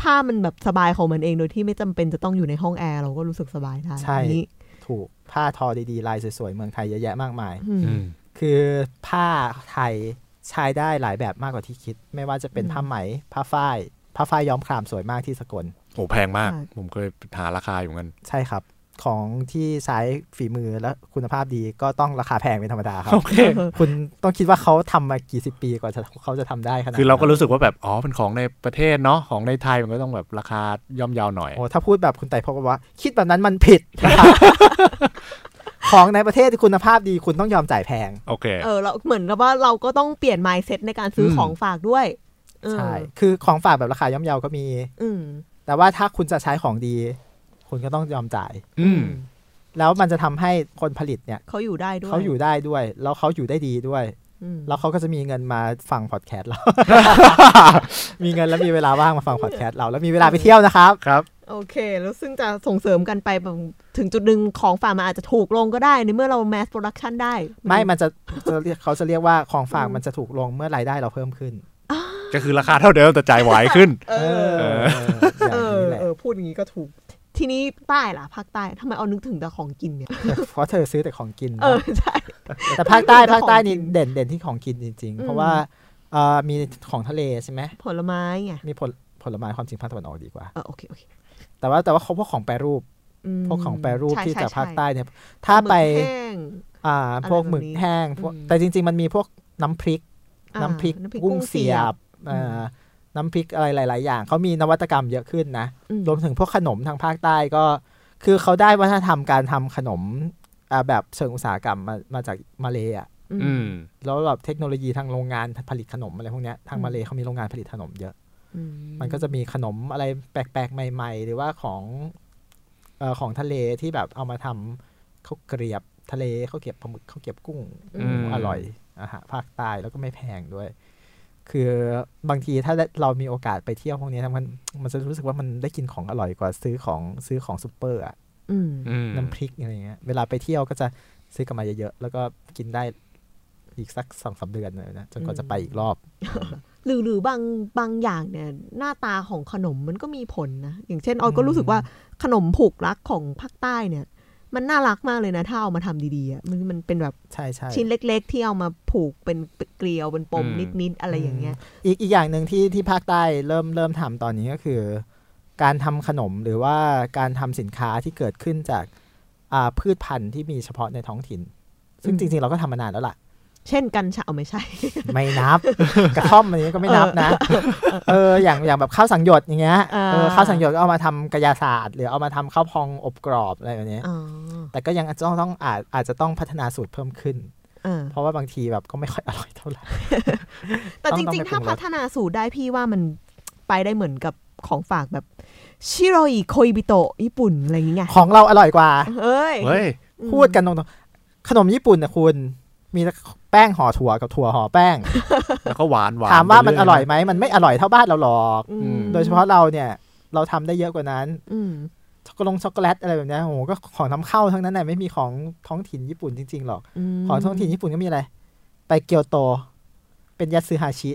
[SPEAKER 3] ผ้ามันแบบสบายของมันเองโดยที่ไม่จำเป็นจะต้องอยู่ในห้องแอร์เราก็รู้สึกสบายได้
[SPEAKER 2] ใช่
[SPEAKER 3] อันนี้
[SPEAKER 2] ถูกผ้าทอดีๆ ลายสวยๆ เมืองไทยเยอะแยะมากมาย
[SPEAKER 3] อืม
[SPEAKER 1] อืม
[SPEAKER 2] คือผ้าไทยใช้ได้หลายแบบมากกว่าที่คิด ไม่ว่าจะเป็น
[SPEAKER 3] อืม
[SPEAKER 2] ผ้าไหม ผ้าฝ้าย ผ้าฝ้ายย้อมครามสวยมากที่สกล
[SPEAKER 1] โอ้แพงมาก
[SPEAKER 3] ใช่
[SPEAKER 1] ผมเคยหาราคาอยู่เหมือนกัน
[SPEAKER 2] ใช่ครับ ของที่ใช้ฝีมือและคุณภาพดีก็ต้องราคาแพงเป็นธรรมดาครับ
[SPEAKER 1] โอเค
[SPEAKER 2] คุณต้องคิดว่าเขาทำมากี่สิบปีกว่าจะเขาจะทำได้ขนาด
[SPEAKER 1] คือเราก็
[SPEAKER 2] นั้น
[SPEAKER 1] รู้สึกว่าแบบ อ๋อ เป็นของในประเทศเนาะ ของในไทยมันก็ต้องแบบราคาย่อมเยาวหน่อย
[SPEAKER 2] โอ้ถ้าพูดแบบคุณไต่พบว่า คิดแบบนั้นมันผิด *laughs* นะครับ ของในประเทศที่คุณภาพดีคุณต้องยอมจ่ายแพง
[SPEAKER 1] โอเค
[SPEAKER 3] เออเราเหมือนกับว่าเราก็ต้องเปลี่ยน mindset ในการซื้ออ
[SPEAKER 1] ม
[SPEAKER 3] ของฝากด้วยเออ
[SPEAKER 2] ใช่ คือของฝากแบบราคาย่อมเยาก็มี
[SPEAKER 3] อืม
[SPEAKER 2] แต่ว่าถ้าคุณจะใช้ของดี คุณก็ต้องยอมจ่าย
[SPEAKER 1] อืม
[SPEAKER 2] แล้วมันจะทำให้คนผลิตเนี่ย
[SPEAKER 3] เขาอยู่ได้ด้วย
[SPEAKER 2] เขาอยู่ได้ด้วย แล้วเขาอยู่ได้ดีด้วย
[SPEAKER 3] อืม
[SPEAKER 2] แล้วเขาก็จะมีเงินมาฟังพอดแค
[SPEAKER 1] *laughs*
[SPEAKER 2] สต์เรา มีเงินแล้วมีเวลาว่างมาฟังพอดแคสต์เรา แล้วมีเวลาไปเที่ยวนะครับ
[SPEAKER 1] ครับ
[SPEAKER 3] โอเค แล้วซึ่งจะส่งเสริมกันไปแบบถึงจุดหนึ่งของฝากมันอาจจะถูกลงก็ได้ในเมื่อเรา mass production ได้
[SPEAKER 2] ไม่ มันจะจะเรียกเขาจะเรียกว่าของฝากมันจะถูกลงเมื่อรายได้เราเพิ่มขึ้น
[SPEAKER 1] ก็คือราคาเท่าเดิมแต่จ่ายไหวายขึ้น
[SPEAKER 3] เออ
[SPEAKER 2] เอออย่านี้
[SPEAKER 3] เอง อ
[SPEAKER 2] แหละ
[SPEAKER 3] เออพูดอย่างนี้ก็ถูก ทีนี้ใต้ล่ะภาคใต้ทำไมเอานึกถึงแต่ของกินเนี่ย
[SPEAKER 2] เพราะเธอซื้อแต่ของกิน
[SPEAKER 3] เออใช่
[SPEAKER 2] แต่ภาคใต้
[SPEAKER 3] ไม่มีแต่
[SPEAKER 2] ภาคใต้นี่
[SPEAKER 3] ของกิน
[SPEAKER 2] เด่นเด่นที่ของกินจริงๆ
[SPEAKER 3] อืม
[SPEAKER 2] เพราะว่าเอ่อมีของทะเลใช่ไหม
[SPEAKER 3] ผลไม้ไง
[SPEAKER 2] มีผลผลไม้ความจริงภาคตะวันออกดีกว่า
[SPEAKER 3] เออโอเคโอเค
[SPEAKER 2] แต่ว่าแต่ว่าเขาพวกของแปรรูป
[SPEAKER 3] ม
[SPEAKER 2] พวกของแปรรูป
[SPEAKER 3] ใช่
[SPEAKER 2] ที่
[SPEAKER 3] ใช่
[SPEAKER 2] จากภาค
[SPEAKER 3] ใช่
[SPEAKER 2] ใต้เนี่ย ถ้าไป
[SPEAKER 3] หมึกแห้ง
[SPEAKER 2] อ่า
[SPEAKER 3] อะไร
[SPEAKER 2] พวกหมึก
[SPEAKER 3] แบบนี้
[SPEAKER 2] แห้งพวก
[SPEAKER 3] อืม
[SPEAKER 2] แต่จริง ๆ มันมีพวกน้ำพริก
[SPEAKER 3] อ่า
[SPEAKER 2] น้ำพริกกุ้งเสียบอ่าน้ำพริกอะไรหลาย ๆ อย่างเขามีนวัตกรรมเยอะขึ้นนะ
[SPEAKER 3] อืม
[SPEAKER 2] รวมถึงพวกขนมทางภาคใต้ก็คือเขาได้วัฒนธรรมการทำขนมอ่าแบบเชิงอุตสาหกรรมมามาจากมาเลย์อะ
[SPEAKER 1] อื
[SPEAKER 3] อืม
[SPEAKER 1] ม
[SPEAKER 2] แล้วแบบเทคโนโลยีทางโรงงานผลิตขนมอะไรพวกเนี้ยทาง
[SPEAKER 3] อืม
[SPEAKER 2] มาเลย์เขามีโรงงานผลิตขนมเยอะ
[SPEAKER 3] อื
[SPEAKER 2] มันก็จะมีขนมอะไรแปลก ๆ ใหม่ ๆ หรือว่าของเอ่อของทะเลที่แบบเอามาทำข้าวเกรียบทะเลข้าวเกรียบปลาหมึกข้าวเกรียบกุ้ง
[SPEAKER 1] อื
[SPEAKER 3] อื
[SPEAKER 1] ม
[SPEAKER 3] ม
[SPEAKER 2] อร่อยอาหารภาคใต้แล้วก็ไม่แพงด้วย คือบางทีถ้าได้เรามีโอกาสไปเที่ยวพวกนี้นะมันมันจะรู้สึกว่ามันได้กินของอร่อยกว่าซื้อของซื้อของซูเปอร์อะ
[SPEAKER 3] อืม
[SPEAKER 1] อืม
[SPEAKER 2] น้ำพริกอะไรเงี้ยเวลาไปเที่ยวก็จะซื้อกลับมาเยอะๆแล้วก็กินได้อีกสักสองสามเดือนเลยนะจนกว่าจะไปอีกรอบ
[SPEAKER 3] หรือหรือบางบางอย่างเนี่ยหน้าตาของขนมมันก็มีผลนะ อย่างเช่นออยก็
[SPEAKER 2] อืม
[SPEAKER 3] รู้สึกว่าขนมผูกรักของภาคใต้เนี่ย มันน่ารักมากเลยนะ ถ้าเอามาทำดีๆอะมันมันเป็นแบบ
[SPEAKER 2] ใช่ใช่
[SPEAKER 3] ชิ้นเล็ก ๆ ที่เอามาผูกเป็นเกลียวเป็นปมนิดๆอะไรอย่างเงี้ย
[SPEAKER 2] อีกอีกอย่างหนึ่งที่ที่ภาคใต้เริ่มเริ่มทำตอนนี้ก็คือ การทำขนมหรือว่าการทำสินค้าที่เกิดขึ้นจากอ่าพืชพันธุ์ที่มีเฉพาะในท้องถิ่น ซึ่ง
[SPEAKER 3] อืม
[SPEAKER 2] จริง ๆ เราก็ทำมานานแล้ว
[SPEAKER 3] *laughs*
[SPEAKER 2] ล่ะ
[SPEAKER 3] เช่นกันชะเอาไม่ใช่
[SPEAKER 2] ไม่นับ กระท่อมอันนี้ก็ไม่นับนะ เอออย่างอย่างแบบข้าวสังหยดอย่างเงี้ย
[SPEAKER 3] อ่า
[SPEAKER 2] เออข้าวสังหยดก็เอามาทำกายาศาสตร์ หรือเอามาทำข้าวพองอบกรอบอะไรแบบนี้
[SPEAKER 3] อ๋อ
[SPEAKER 2] แต่ก็ยังอาจจะต้องต้องอาจอาจจะต้องพัฒนาสูตรเพิ่มขึ้น
[SPEAKER 3] เออ
[SPEAKER 2] เพราะว่าบางทีแบบก็ไม่ค่อยอร่อยเท่าไหร่
[SPEAKER 3] แต่
[SPEAKER 2] ต้อง
[SPEAKER 3] จ
[SPEAKER 2] ต้อง
[SPEAKER 3] ริง
[SPEAKER 2] ไป
[SPEAKER 3] ๆ ถ้า
[SPEAKER 2] ปรุงรส
[SPEAKER 3] พัฒนาสูตรได้พี่ว่ามันไปได้เหมือนกับของฝากแบบชิโรอิโคอิบิโตะญี่ปุ่นอะไรอย่างเงี้ย
[SPEAKER 2] ของเราอร่อยกว่า
[SPEAKER 3] เอ้ย
[SPEAKER 1] เฮ้ย
[SPEAKER 2] พูดกันตรงๆ ขนมญี่ปุ่นนะคุณ มีแต่แป้งห่อถั่วกับถั่วห่อแป้ง
[SPEAKER 1] แล้วก็หวานหวาน
[SPEAKER 2] ถามว่า
[SPEAKER 1] ไป
[SPEAKER 2] มัน
[SPEAKER 1] เ
[SPEAKER 2] อร่อยไหม มันไม่อร่อยเท่าบ้านเราหรอก
[SPEAKER 3] อืม
[SPEAKER 2] โดยเฉพาะเราเนี่ย เราทำได้เยอะกว่านั้น
[SPEAKER 3] อืม
[SPEAKER 2] ช็อกโกแลตช็อกโกแลตอะไรแบบเนี้ยโอ้โหก็ของนำเข้าทั้งนั้นแหละไม่มีของท้องถิ่นญี่ปุ่นจริงๆหรอก
[SPEAKER 3] ม
[SPEAKER 2] ของท้องถิ่นญี่ปุ่นก็มีอะไร ไปเกียวโต เป็นยัตสึฮาชิ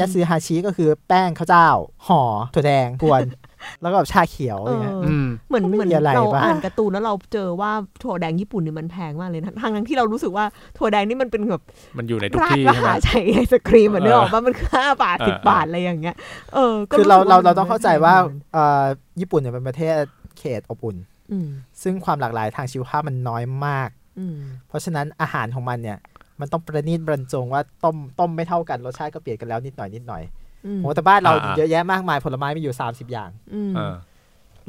[SPEAKER 2] ยัตสึฮาชิก็คือแป้งข้าวเจ้า ห่อถั่วแดงพวน *laughs* แล้วก็แบบชาเขียวอะ
[SPEAKER 3] เอ
[SPEAKER 2] ไรเงี้ย
[SPEAKER 3] อ
[SPEAKER 1] อืม
[SPEAKER 3] เหมือน
[SPEAKER 2] ก็ไม่
[SPEAKER 3] เหมือน
[SPEAKER 2] มีอะไร
[SPEAKER 3] เรา
[SPEAKER 2] ปะ
[SPEAKER 3] อ่านการ์ตูนแล้วเราเจอว่าถั่วแดงญี่ปุ่นเนี่ยมันแพงมากเลยนะทั้งทั้งที่เรารู้สึกว่าถั่วแดงนี่มันเป็นแบบ
[SPEAKER 1] มันอยู่ในทุก
[SPEAKER 3] ราด
[SPEAKER 1] ที่
[SPEAKER 3] ม
[SPEAKER 1] ใช่ไหม
[SPEAKER 3] หาชัยไอศครีมเหมือน
[SPEAKER 1] เออ
[SPEAKER 3] เนกออกว่ามันคือห้าบาท
[SPEAKER 1] เออ
[SPEAKER 3] สิ
[SPEAKER 1] เออ
[SPEAKER 3] บาทอะไรอย่างเงี้ยเออก็
[SPEAKER 2] คือเรา
[SPEAKER 3] สึก
[SPEAKER 2] เรา
[SPEAKER 3] ว่
[SPEAKER 2] เราต้องเข้าใจว่า
[SPEAKER 3] มัน
[SPEAKER 2] เอ่อญี่ปุ่นเนี่ยเป็นประเทศเขตอบอุ่น
[SPEAKER 3] อืม
[SPEAKER 2] ซึ่งความหลากหลายทางชีวภาพมันน้อยมาก
[SPEAKER 3] อืม
[SPEAKER 2] เพราะฉะนั้นอาหารของมันเนี่ย มันต้องประณีตบรรจงว่าต้มต้มไม่เท่ากันรสชาติก็เปลี่ยนกันแล้วนิดหน่อยนิดหน่อย
[SPEAKER 3] อืม
[SPEAKER 2] โหแต่บ้านเรา
[SPEAKER 1] อ่า
[SPEAKER 2] เยอะแยะมากมายผลไม้มีอยู่ 30 อย่าง
[SPEAKER 3] อืม
[SPEAKER 1] เออ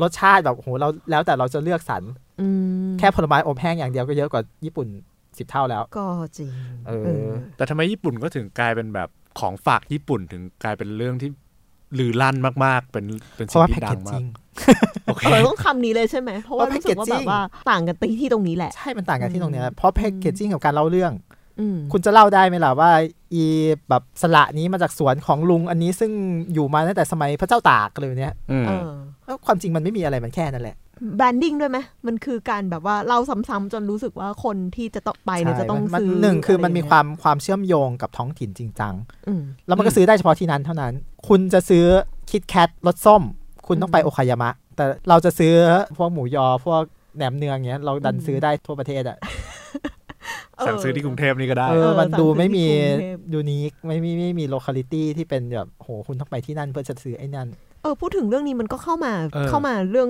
[SPEAKER 2] รสชาติแบบโหเราแล้วแต่เราจะเลือกสรร
[SPEAKER 3] อืม
[SPEAKER 2] แค่ผลไม้อบแห้งอย่างเดียวก็เยอะกว่าญี่ปุ่นสิบเท่าแล้ว
[SPEAKER 3] ก็จริง
[SPEAKER 2] เออ
[SPEAKER 3] เออ
[SPEAKER 1] แต่ทำไมญี่ปุ่นก็ถึงกลายเป็นแบบของฝากญี่ปุ่นถึงกลายเป็นเรื่องที่ลือลั่นมากๆ เป็นเป็น
[SPEAKER 2] เพ
[SPEAKER 1] สิ่
[SPEAKER 2] ราะ
[SPEAKER 1] ง
[SPEAKER 2] ว่าแพ็ก
[SPEAKER 1] ที่ดั
[SPEAKER 2] เกจ
[SPEAKER 1] งมา
[SPEAKER 2] จิ้
[SPEAKER 1] ก
[SPEAKER 2] ง
[SPEAKER 1] โอเค
[SPEAKER 3] เออต้องคำนี้เลยใช่ไหม เพราะว่า
[SPEAKER 2] เพราะ
[SPEAKER 3] รู้สึกว่าแบบ
[SPEAKER 2] packaging
[SPEAKER 3] ว่าต่างกันตีที่ตรงนี้แหละ
[SPEAKER 2] ใช่มันต่างกัน
[SPEAKER 3] อื
[SPEAKER 2] ที่
[SPEAKER 3] ม
[SPEAKER 2] ตรงเนี้ยเพราะแพ็กเกจจิ้งกับการเล่าเรื่อง
[SPEAKER 3] อืม
[SPEAKER 2] คุณจะเล่าได้ไหมล่ะว่า อีแบบสละนี้มาจากสวนของลุงอันนี้ซึ่งอยู่มาตั้งแต่สมัยพระเจ้าตากเลยเนี้ย
[SPEAKER 1] อืม
[SPEAKER 3] เออ
[SPEAKER 2] แล้วความจริงมันไม่มีอะไรมันแค่นั้นแหละ
[SPEAKER 3] แบรนดิ้งด้วยไหมมันคือการแบบว่าเล่าซ้ำๆจนรู้สึกว่าคนที่จะต้องไปเนี่ยจะต้อง
[SPEAKER 2] ใช่มัน
[SPEAKER 3] ซื้อ
[SPEAKER 2] หนึ่งคือมันมี
[SPEAKER 3] ะ
[SPEAKER 2] ค
[SPEAKER 3] ไรย่
[SPEAKER 2] วามความเชื่อมโยงกับท้องถิ่นจริงจัง
[SPEAKER 3] งเงี้ยอืม
[SPEAKER 2] แล้วมันก็ซื้อได้เฉพาะที่นั้นเท่านั้น คุณจะซื้อคิดแคทรสส้ม คุณต้องไป
[SPEAKER 3] อืม
[SPEAKER 2] โอคายามะ แต่เราจะซื้อพวกหมูยอพวกแหนมเนืองเงี้ยเราดัน
[SPEAKER 3] อืม
[SPEAKER 2] ซื้อได้ทั่วประเทศอ่ะ
[SPEAKER 1] สั่งซื้อที่กรุงเทพนี่ก็ได้
[SPEAKER 2] เออมันดูไม่มี
[SPEAKER 3] สั่งซื้อที่กรุงเทพ
[SPEAKER 2] ยูนิคไม่มีไม่มีโลคาลิตี้ที่เป็นแบบโหคุณต้องไปที่นั่นเพื่อจะซื้อไอ้นั่น
[SPEAKER 3] เออพูดถึงเรื่องนี้มันก็เข้ามา
[SPEAKER 1] เออ
[SPEAKER 3] เข้ามาเรื่อง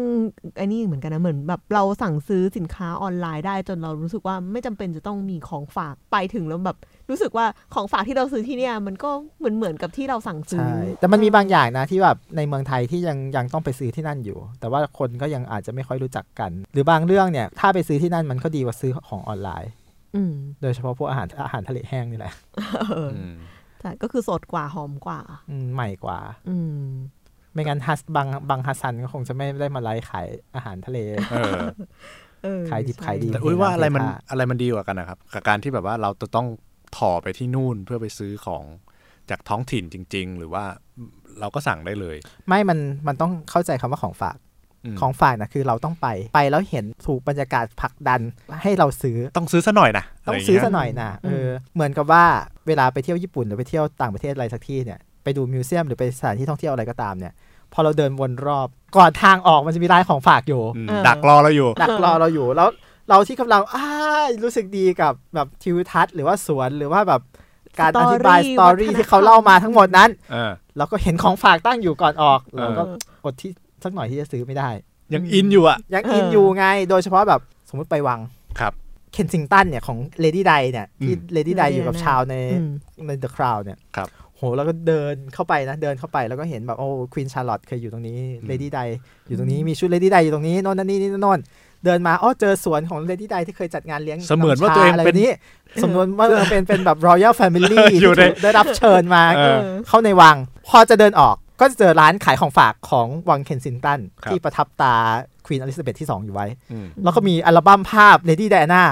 [SPEAKER 3] ไอ้นี่เหมือนกันนะเหมือนแบบเราสั่งซื้อสินค้าออนไลน์ได้จนเรารู้สึกว่าไม่จำเป็นจะต้องมีของฝากไปถึงแล้วแบบ รู้สึกว่าของฝากที่เราซื้อที่เนี่ย มันก็เหมือนเหมือนกับที่เราสั่งซื้อ
[SPEAKER 2] ใช่ แต่มันมีบางอย่างนะที่แบบในเมืองไทยที่ยังยังต้องไปซื้อที่นั่นอยู่ แต่ว่าคนก็ยังอาจจะไม่ค่อยรู้จักกัน หรือบางเรื่องเนี่ยถ้าไปซื้อที่นั่นมันก็ดีกว่าซื้อของออนไลน์
[SPEAKER 3] อืม
[SPEAKER 2] โดยเฉพาะพวกอาหารอาหารทะเลแห้งนี่แหละ
[SPEAKER 3] เออ
[SPEAKER 1] อืม
[SPEAKER 3] ใช่ก็คือสดกว่าหอมกว่า
[SPEAKER 2] อืมใหม่กว่า
[SPEAKER 3] อืม
[SPEAKER 2] ไม่งั้นฮัสบางบางฮัสซันก็คงจะไม่ได้มาไลฟ์ขายอาหารทะเล *coughs*
[SPEAKER 1] เออ
[SPEAKER 3] เออ
[SPEAKER 2] ขายดิบ
[SPEAKER 3] ใช่
[SPEAKER 2] ขายดี
[SPEAKER 1] แต่อุ้ยว่าอะไรมันอะไรมันดีกว่ากันนะครับกับการที่แบบว่าเราจะต้องถ่อไปที่นู่นเพื่อไปซื้อของจากท้องถิ่นจริง ๆ หรือว่าเราก็สั่งได้เลย
[SPEAKER 2] ไม่มันมันต้องเข้าใจคำว่าของฝาก
[SPEAKER 1] ม
[SPEAKER 2] ของฝากนะคือเราต้องไปไปแล้วเห็นถูกบรรยากาศผลักดันให้เราซื้อ
[SPEAKER 1] ต้องซื้อซะหน่อยนะ
[SPEAKER 2] ต้
[SPEAKER 1] ะ
[SPEAKER 2] อ
[SPEAKER 1] ไรง ย่าเย
[SPEAKER 2] ซื้อซะหน่อยนะเออเหมือนกับว่าเวลาไปเที่ยวญี่ปุ่นหรือไปเที่ยวต่างประเทศอะไรสักที่เนี่ยไปดูมิวเซียมหรือไปสถานที่ท่องเที่ยวอะไรก็ตามเนี่ย พอเราเดินวนรอบก่อนทางออกมันจะมีร้านของฝากอยู่
[SPEAKER 1] อืมดักรอเราอยู่
[SPEAKER 2] ดักรอเราอยู่แล้วเราที่กำลังอ้ายรู้สึกดีกับแบบทิวทัศน์หรือว่าสวนหรือว่าแบบการอธิบายสตอรี่ที่เขาเล่ามาทั้งหมดนั้น
[SPEAKER 1] เออ
[SPEAKER 2] เราก็เห็นของฝากตั้งอยู่ก่อนออก
[SPEAKER 1] เออ
[SPEAKER 2] เราก็อดที่สักหน่อยที่จะซื้อไม่ได้
[SPEAKER 1] ยังอินอยู่อ่ะ
[SPEAKER 2] ยัง
[SPEAKER 3] เอออิ
[SPEAKER 2] อินอยู่ไง โดยเฉพาะแบบสมมติไปวัง
[SPEAKER 1] ครับ
[SPEAKER 2] เคนซิงตันเนี่ยของเลดี้ไดเนี่ยที่
[SPEAKER 1] อืม
[SPEAKER 2] เลดี้ไดอยู่กับชาวใน
[SPEAKER 3] อืม
[SPEAKER 2] ในเดอะคราวเนี่ย
[SPEAKER 1] ครับ
[SPEAKER 2] โหแล้วก็เดินเข้าไปนะเดินเข้าไปแล้วก็เห็นแบบโอ้ควีนชาร์ลอตเคยอยู่ตรงนี้
[SPEAKER 1] อืม
[SPEAKER 2] เลดี้ไดอยู่ตรงนี้มีชุดเลดี้ไดอยู่ตรงนี้โน่นนั่นนี่นี่โน่นเดินมาอ๋อเจอสวนของเลดี้ไดที่เคยจัดงานเลี้ยง
[SPEAKER 1] เสมือนว่าตัวเอง
[SPEAKER 2] ำชะไร
[SPEAKER 1] เป็น
[SPEAKER 2] นี้สมมติ
[SPEAKER 1] *laughs*
[SPEAKER 2] ว่าเป็นเป็นแบบรอยัลแฟมิลี่
[SPEAKER 1] อยู่ใน
[SPEAKER 2] ที่ได้รับเชิญมา
[SPEAKER 1] เออ
[SPEAKER 2] เข้าในวัง พอจะเดินออกก็จะเจอร้านขายของฝากของวังเคนซินตัน
[SPEAKER 1] ครับ
[SPEAKER 2] ที่ประทับตาควีนอลิซาเบธที่ 2 อยู่ไว้
[SPEAKER 1] อืม
[SPEAKER 2] แล้วก็มีอัลบั้มภาพเลดี้ไดอาน่า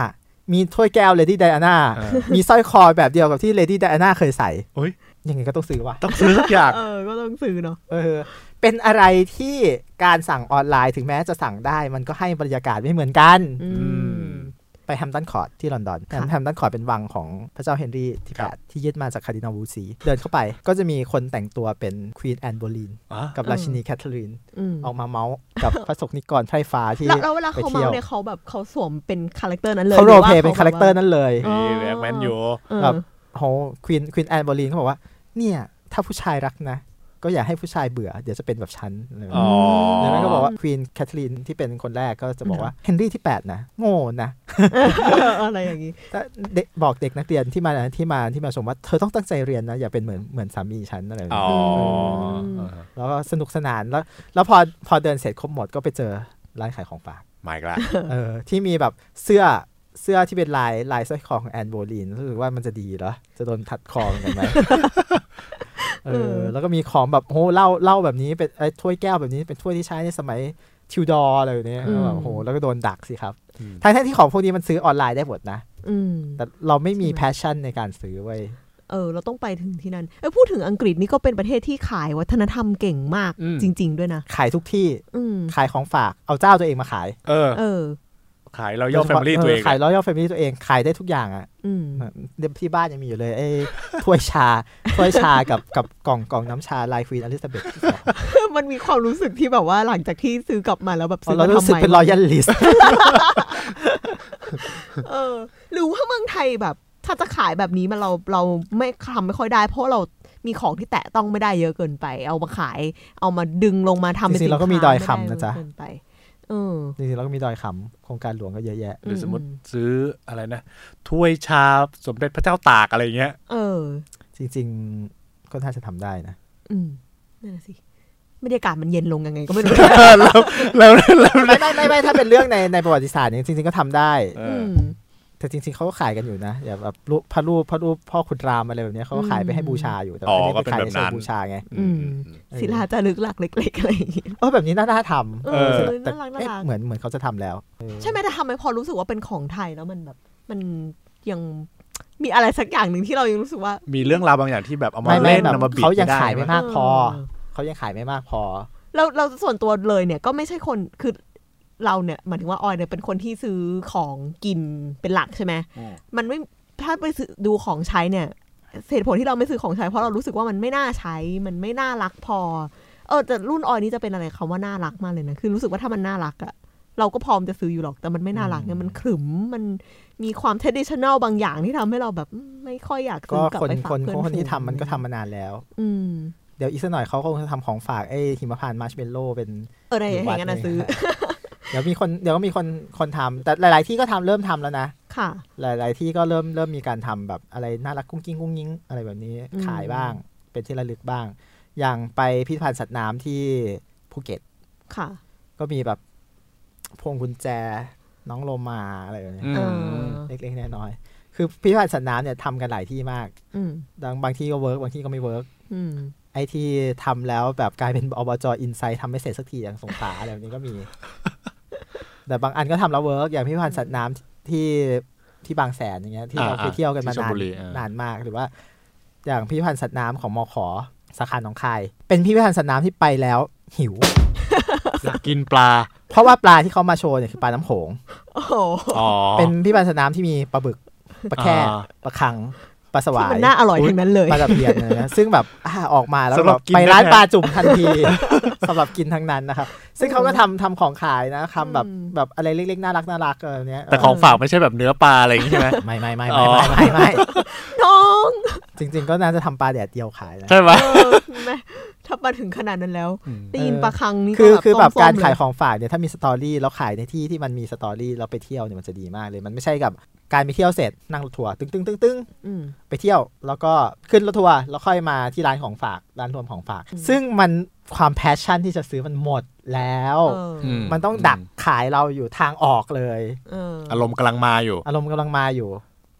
[SPEAKER 2] มีถ้วยแก้วเลดี้ไดอาน่า
[SPEAKER 1] เออ
[SPEAKER 2] มีสร้อยคอแบบเดียวกับที่เลดี้ไดอาน่าเคยใส่
[SPEAKER 1] โอ๊ย
[SPEAKER 2] ยังไงก็ต้องซื้อว่ะ
[SPEAKER 1] ต้องซื้อสักอย่าง
[SPEAKER 3] เออ ก็ต้องซื้อเนาะ
[SPEAKER 2] เออ เป็นอะไรที่การสั่งออนไลน์ถึงแม้จะสั่งได้ มันก็ให้บรรยากาศไม่เหมือนกัน
[SPEAKER 3] อืม
[SPEAKER 1] ม
[SPEAKER 2] ไปแฮมป์ตันคอร์ตที่ลอนดอน
[SPEAKER 3] ค่ะ
[SPEAKER 2] แฮมป์ตันคอร์ตเป็นวังของพระเจ้าเฮนรี่ที่
[SPEAKER 1] ค
[SPEAKER 2] แป
[SPEAKER 1] รับ
[SPEAKER 2] ดที่ยึดมาจากคาร์ดินัลวูซีเดินเข้าไปก็จะมีคนแต่งตัวเป็นควีนแอนโบลีน
[SPEAKER 1] อ่ะ
[SPEAKER 2] กับราชินีแคทเธอรีน
[SPEAKER 3] อืม
[SPEAKER 2] ออกมาเมาส์กับ พระสกนิกรไพร่ฟ้าที่
[SPEAKER 3] แล้วแล้วเวลาเขา
[SPEAKER 2] ไปเที่ย
[SPEAKER 3] เมาว เนี่ยเขาแบบเขาสวมเป็นคาแรคเตอร์นั้นเลย
[SPEAKER 2] เขา
[SPEAKER 3] ห
[SPEAKER 2] โรล
[SPEAKER 3] ว่
[SPEAKER 2] เพลย์เป็นคาแรคเตอร์นั้นเลย
[SPEAKER 1] มีแบ็คแมนอยู่
[SPEAKER 3] เออ
[SPEAKER 2] แบบ โหควีนควีนแอนโบลีนเขาบอกว่า เนี่ย ถ้าผู้ชายรักนะ ก็อย่าให้ผู้ชายเบื่อ เดี๋ยวจะเป็นแบบฉันอะไรแบบ
[SPEAKER 1] อ๋
[SPEAKER 2] นี้ดั
[SPEAKER 1] อ
[SPEAKER 2] งนั้นก็บอกว่าควีนแคทเธอรีนที่เป็นคนแรกก็จะบอกว่าเฮนรี่ที่ 8 นะ โง่นะ
[SPEAKER 3] *laughs* อะไรอย่างนี้
[SPEAKER 2] แต่เด็กบอกเด็กนักเรียนที่มาที่มาที่มาชมว่าเธอต้องตั้งใจเรียนนะ อย่าเป็นเหมือนเหมือนสามีฉันอะไรแบบนี้
[SPEAKER 1] อ๋อ
[SPEAKER 3] อืม
[SPEAKER 1] เออ
[SPEAKER 2] แล้วก็สนุกสนานแล้ว แล้วพอพอเดินเสร็จครบหมดก็ไปเจอร้านขายของฝาก
[SPEAKER 1] มาอีกละ
[SPEAKER 2] เออที่มีแบบเสื้อเสื้อที่เป็นลายลายสร้อยคอของแอนโบลีนรู้สึกว่ามันจะดีเหรอ จะโดนถัดคอเหมือน
[SPEAKER 1] *laughs*
[SPEAKER 2] กันไหม เอ
[SPEAKER 3] เอ
[SPEAKER 2] อ
[SPEAKER 3] อ
[SPEAKER 2] แล้วก็มีของแบบโอ้เหล่าเหล่าแบบนี้เป็นไอ้ถ้วยแก้วแบบนี้เป็นถ้วยที่ใช้ในสมัยทิวดอร์อะไรแบบเนี้ยแล้วแบบโอ้โหแล้วก็โดนดักสิครับ
[SPEAKER 1] อืม
[SPEAKER 2] ทั้งๆที่ของพวกนี้มันซื้อออนไลน์ได้หมดนะ
[SPEAKER 3] อืม
[SPEAKER 2] แต่เราไม่มี
[SPEAKER 3] ใช่ไหม
[SPEAKER 2] แพชชั่นในการซื้อไว้ย
[SPEAKER 3] เออ เราต้องไปถึงที่นั่นเอ้ยพูดถึงอังกฤษนี่ก็เป็นประเทศที่ขายวัฒนธรรมเก่งมาก
[SPEAKER 1] อืม
[SPEAKER 3] จริง ๆ ด้วยนะ
[SPEAKER 2] ขายทุกที่
[SPEAKER 3] อืม
[SPEAKER 2] ขายของฝากเอาเจ้าตัวเองมาขาย
[SPEAKER 1] เออ
[SPEAKER 3] เออ
[SPEAKER 1] ขายเราย่อแฟมิลี่
[SPEAKER 2] โด
[SPEAKER 1] ตัวเอย
[SPEAKER 2] ฉ
[SPEAKER 1] ง
[SPEAKER 2] พะขายรอยัลแฟมิลี่ตัวเองขายได้ทุกอย่างอ่ะ
[SPEAKER 3] อืม
[SPEAKER 2] เดี๋ยวที่บ้านยังมีอยู่เลยไอ้ถ้วยชา *laughs* ถ้วยชากับกับกล่องกล่องน้ำชาลายควีนอลิซาเบธ
[SPEAKER 3] มันมีความรู้สึกที่แบบว่าหลังจากที่ซื้อกลับมาแล้วแบบซื้อ
[SPEAKER 2] เรา
[SPEAKER 3] มา
[SPEAKER 2] รู้
[SPEAKER 3] ทำ
[SPEAKER 2] สึก
[SPEAKER 3] ใหม่
[SPEAKER 2] เป็นรอยัลลิส
[SPEAKER 3] เออ หรือว่าเมืองไทยแบบ ถ้าจะขายแบบนี้มันเราเราไม่ทำไม่ค่อยได้ เพราะเรามีของที่แตะต้องไม่ได้เยอะเกินไป เอามาขาย เอามาดึงลงมาทำเป็น
[SPEAKER 2] จริ
[SPEAKER 3] สิน
[SPEAKER 2] งๆ
[SPEAKER 3] ค้า
[SPEAKER 2] เราก็มีดอยคำ
[SPEAKER 3] ไม่ไ
[SPEAKER 2] นะจ๊ะ
[SPEAKER 3] เกินไปเออ
[SPEAKER 2] จริงๆเราก็มีดอยคำโครงการหลวงก็เยอะแยะ
[SPEAKER 1] หรือสมมติซื้ออะไรนะถ้วยชาสมเด็จพระเจ้าตากอะไรเงี้ย
[SPEAKER 3] เออ
[SPEAKER 2] จริง ๆ ก็น่าจะทำได้นะ
[SPEAKER 3] อืมนั่นนะสิบรรยากาศมันเย็นลงยังไงก็ไม่รู้
[SPEAKER 1] แล้วแล้ว
[SPEAKER 2] ไม่ไม่ไม่ไม่ถ้าเป็นเรื่องในในประวัติศาสตร์เนี่ยจริงๆก็ทำได้
[SPEAKER 1] เอ
[SPEAKER 3] อื
[SPEAKER 1] อ
[SPEAKER 3] ม
[SPEAKER 2] แต่จริงๆเขาก็ขายกันอยู่นะอย่าแบบรูปพระรูปพระรูปพ่อขุนรามอะไรแบบเนี้ยเขาก็ขายไปให้บูชาอยู่แต่ว่าไม่ได้ไปขายในเชิงบูชาไง
[SPEAKER 3] อืม
[SPEAKER 2] เออ
[SPEAKER 3] ศิลาจารึกหลักเล็กๆอะไรอย่างเงี้ย
[SPEAKER 2] เออแบบนี้น่าน่าทำ
[SPEAKER 3] เออ
[SPEAKER 2] แต่แต่
[SPEAKER 3] น่ารักน่ารัก
[SPEAKER 2] เอ๊ะเหมือนเหมือนเขาจะทำแล้วเออ
[SPEAKER 3] ใช่ไหมแต่ทำไมพอรู้สึกว่าเป็นของไทยแล้วมันแบบ มันยังมีอะไรสักอย่างหนึ่งที่เรายังรู้สึกว่า
[SPEAKER 1] มีเรื่องราวบางอย่างที่แบบเอามา
[SPEAKER 2] ไม่ไม่
[SPEAKER 1] เล่น
[SPEAKER 2] แบบ
[SPEAKER 1] เอามาบิด
[SPEAKER 2] เขายัง
[SPEAKER 1] ด้
[SPEAKER 2] ขายไม่
[SPEAKER 1] ใช่ห
[SPEAKER 2] มากพอ
[SPEAKER 3] เออ
[SPEAKER 2] เขายังขายไม่มากพอ
[SPEAKER 3] เราเราส่วนตัวเลยเนี่ยก็ไม่ใช่คนคือเราเนี่ยหมายถึงว่าออยเนี่ยเป็นคนที่ซื้อของกินเป็นหลักใช่ไหม
[SPEAKER 1] อืม
[SPEAKER 3] มันไม่ถ้าไปซื้อดูของใช้เนี่ยเหตุผลที่เราไม่ซื้อของใช้เพราะเรารู้สึกว่ามันไม่น่าใช้มันไม่น่ารักพอ เออแต่รุ่นออยนี่จะเป็นอะไรคำว่าน่ารักมากเลยนะคือรู้สึกว่าถ้ามันน่ารักอะเราก็พร้อมจะซื้ออยู่หรอกแต่มันไม่น่ารักไงมันขรึมมันมีความเทดิชแนลบางอย่างที่ทำให้เราแบบไม่ค่อยอยาก
[SPEAKER 2] ก็
[SPEAKER 3] ซื้อกลับ
[SPEAKER 2] คน
[SPEAKER 3] ไปฝาก
[SPEAKER 2] คน
[SPEAKER 3] เพื่อน
[SPEAKER 2] คนที่
[SPEAKER 3] ฝูง
[SPEAKER 2] ทำมันก็ทำมานานแล้ว
[SPEAKER 3] อืม
[SPEAKER 2] เดี๋ยวอีกสักหน่อยเขาก็คงจะทำของฝากไอ้หิมพานต์มาร์ชเมลโล่เป็น
[SPEAKER 3] เอออะไรอย่างนั้นนะซื้อ
[SPEAKER 2] เดี๋ยวมีคนเดี๋ยวก็มีคนคนทำแต่หลาย ๆ ที่ก็ทำเริ่มทำแล้วนะ
[SPEAKER 3] ค่ะ
[SPEAKER 2] หลาย ๆ ที่ก็เริ่มเริ่มมีการทำแบบอะไรน่ารักกุ้งกิ้งกุ้งยิงอะไรแบบนี้
[SPEAKER 3] อืม
[SPEAKER 2] ขายบ้าง เป็นที่ระลึกบ้าง อย่างไปพิพิธภัณฑ์สัตว์น้ำที่ภูเก็ต
[SPEAKER 3] ค่ะ
[SPEAKER 2] ก็มีแบบพวงกุญแจน้องโลมาอะไรแบบนี้
[SPEAKER 1] อืม
[SPEAKER 3] เออ
[SPEAKER 2] เล็ก ๆ น้อยๆคือพิพิธภัณฑ์สัตว์น้ำเนี่ยทำกันหลายที่มาก
[SPEAKER 3] อืม
[SPEAKER 2] บางบางที่ก็เวิร์กบางที่ก็ไม่เวิร์ก
[SPEAKER 3] อืม
[SPEAKER 2] ไอ้ที่ทำแล้วแบบกลายเป็น *laughs* อบจอินไซต์ทำไม่เสร็จสักทีอย่างสงขลาอะไรแบบนี้ก็มี
[SPEAKER 1] *laughs*
[SPEAKER 2] แต่บางอันก็ทำแล้วเวิร์กอย่างพิพิธภัณฑ์สัตว์น้ำที่ที่บางแสนอย่างเงี้ยที่เรา
[SPEAKER 1] อ่า
[SPEAKER 2] เคยเที่ยวกันมา
[SPEAKER 1] ที่ชล
[SPEAKER 2] นาน
[SPEAKER 1] บุรีอ่าน
[SPEAKER 2] นานมากหรือว่า อย่างพิพิธภัณฑ์สัตว์น้ำของมขสาขาหนองคาย เป็นพิพิธภัณฑ์สัตว์น้ำที่ไปแล้ว หิว
[SPEAKER 1] อยากกินปลา
[SPEAKER 2] เพราะว่าปลาที่เขามาโชว์เนี่ยคือปลาน้ำโขง
[SPEAKER 3] โอ้โห
[SPEAKER 1] อ๋อ
[SPEAKER 2] เป็นพิพิธภัณฑ์สัตว์น้ำที่มีปลาบึกปลาแค่
[SPEAKER 1] อ่า
[SPEAKER 2] ปลาคังปลาสวาย
[SPEAKER 3] ที่มันน่าอร่อยทั้งนั้นเลย
[SPEAKER 2] ปลาตะเพียนเนี่ยนะซึ่งแบบอ่าออกมาแล้ว
[SPEAKER 1] สำห
[SPEAKER 2] แบ
[SPEAKER 1] รับบ กิน
[SPEAKER 2] ไปร้าน
[SPEAKER 1] แน่ๆ
[SPEAKER 2] ปลาจุ่มทันที สำหรับกินทั้งนั้นนะครับ ซึ่งเขาก็ทำทำของขายนะทำแบบ
[SPEAKER 3] อืม
[SPEAKER 2] แบบอะไรเล็กๆ น่ารักน่ารักเออเนี้ย
[SPEAKER 1] แต่ของฝากไม่ใช่แบบเนื้อปลาอะไรอย่างงี้ใช่ไหม
[SPEAKER 2] ไม่ไม่ไม่
[SPEAKER 1] อ๋อ
[SPEAKER 2] ไม่ไม่ไม่ไม่
[SPEAKER 3] น้อง
[SPEAKER 2] จริง ๆ ก็น่าจะทำปลาแดดเดียวขายนะ
[SPEAKER 1] ใช่ไหม
[SPEAKER 3] เออแม่ถ้ามาถึงขนาดนั้นแล้ว
[SPEAKER 1] อืม
[SPEAKER 3] ได้ยินปลาคังนี่
[SPEAKER 2] คือ
[SPEAKER 3] ก็
[SPEAKER 2] คือแบบ
[SPEAKER 3] ส้มๆ
[SPEAKER 2] การขาย
[SPEAKER 3] เล
[SPEAKER 2] ของฝากเนี่ยถ้ามีสตอรี่แล้วขายในที่ที่มันมีสตอรี่เราไปเที่ยวเนี่ยมันจะดีมากเลย มันไม่ใช่กับการไปเที่ยวเสร็จนั่งรถทัวร์ตึ้งตึ้งตึ้งตึ้ง
[SPEAKER 3] อืม
[SPEAKER 2] ไปเที่ยวแล้วก็ขึ้นรถทัวร์แล้วค่อยมาที่ร้านของฝากร้านรวมของฝาก
[SPEAKER 3] อืม
[SPEAKER 2] ซึ่งมันความแพชชั่นที่จะซื้อมันหมดแล้ว
[SPEAKER 3] เออ
[SPEAKER 1] อื
[SPEAKER 2] มันต้องดักขายเราอยู่ทางออกเลย
[SPEAKER 3] เอออ
[SPEAKER 1] อารมณ์กำลังมาอยู่
[SPEAKER 2] อารมณ์กำลังมาอยู่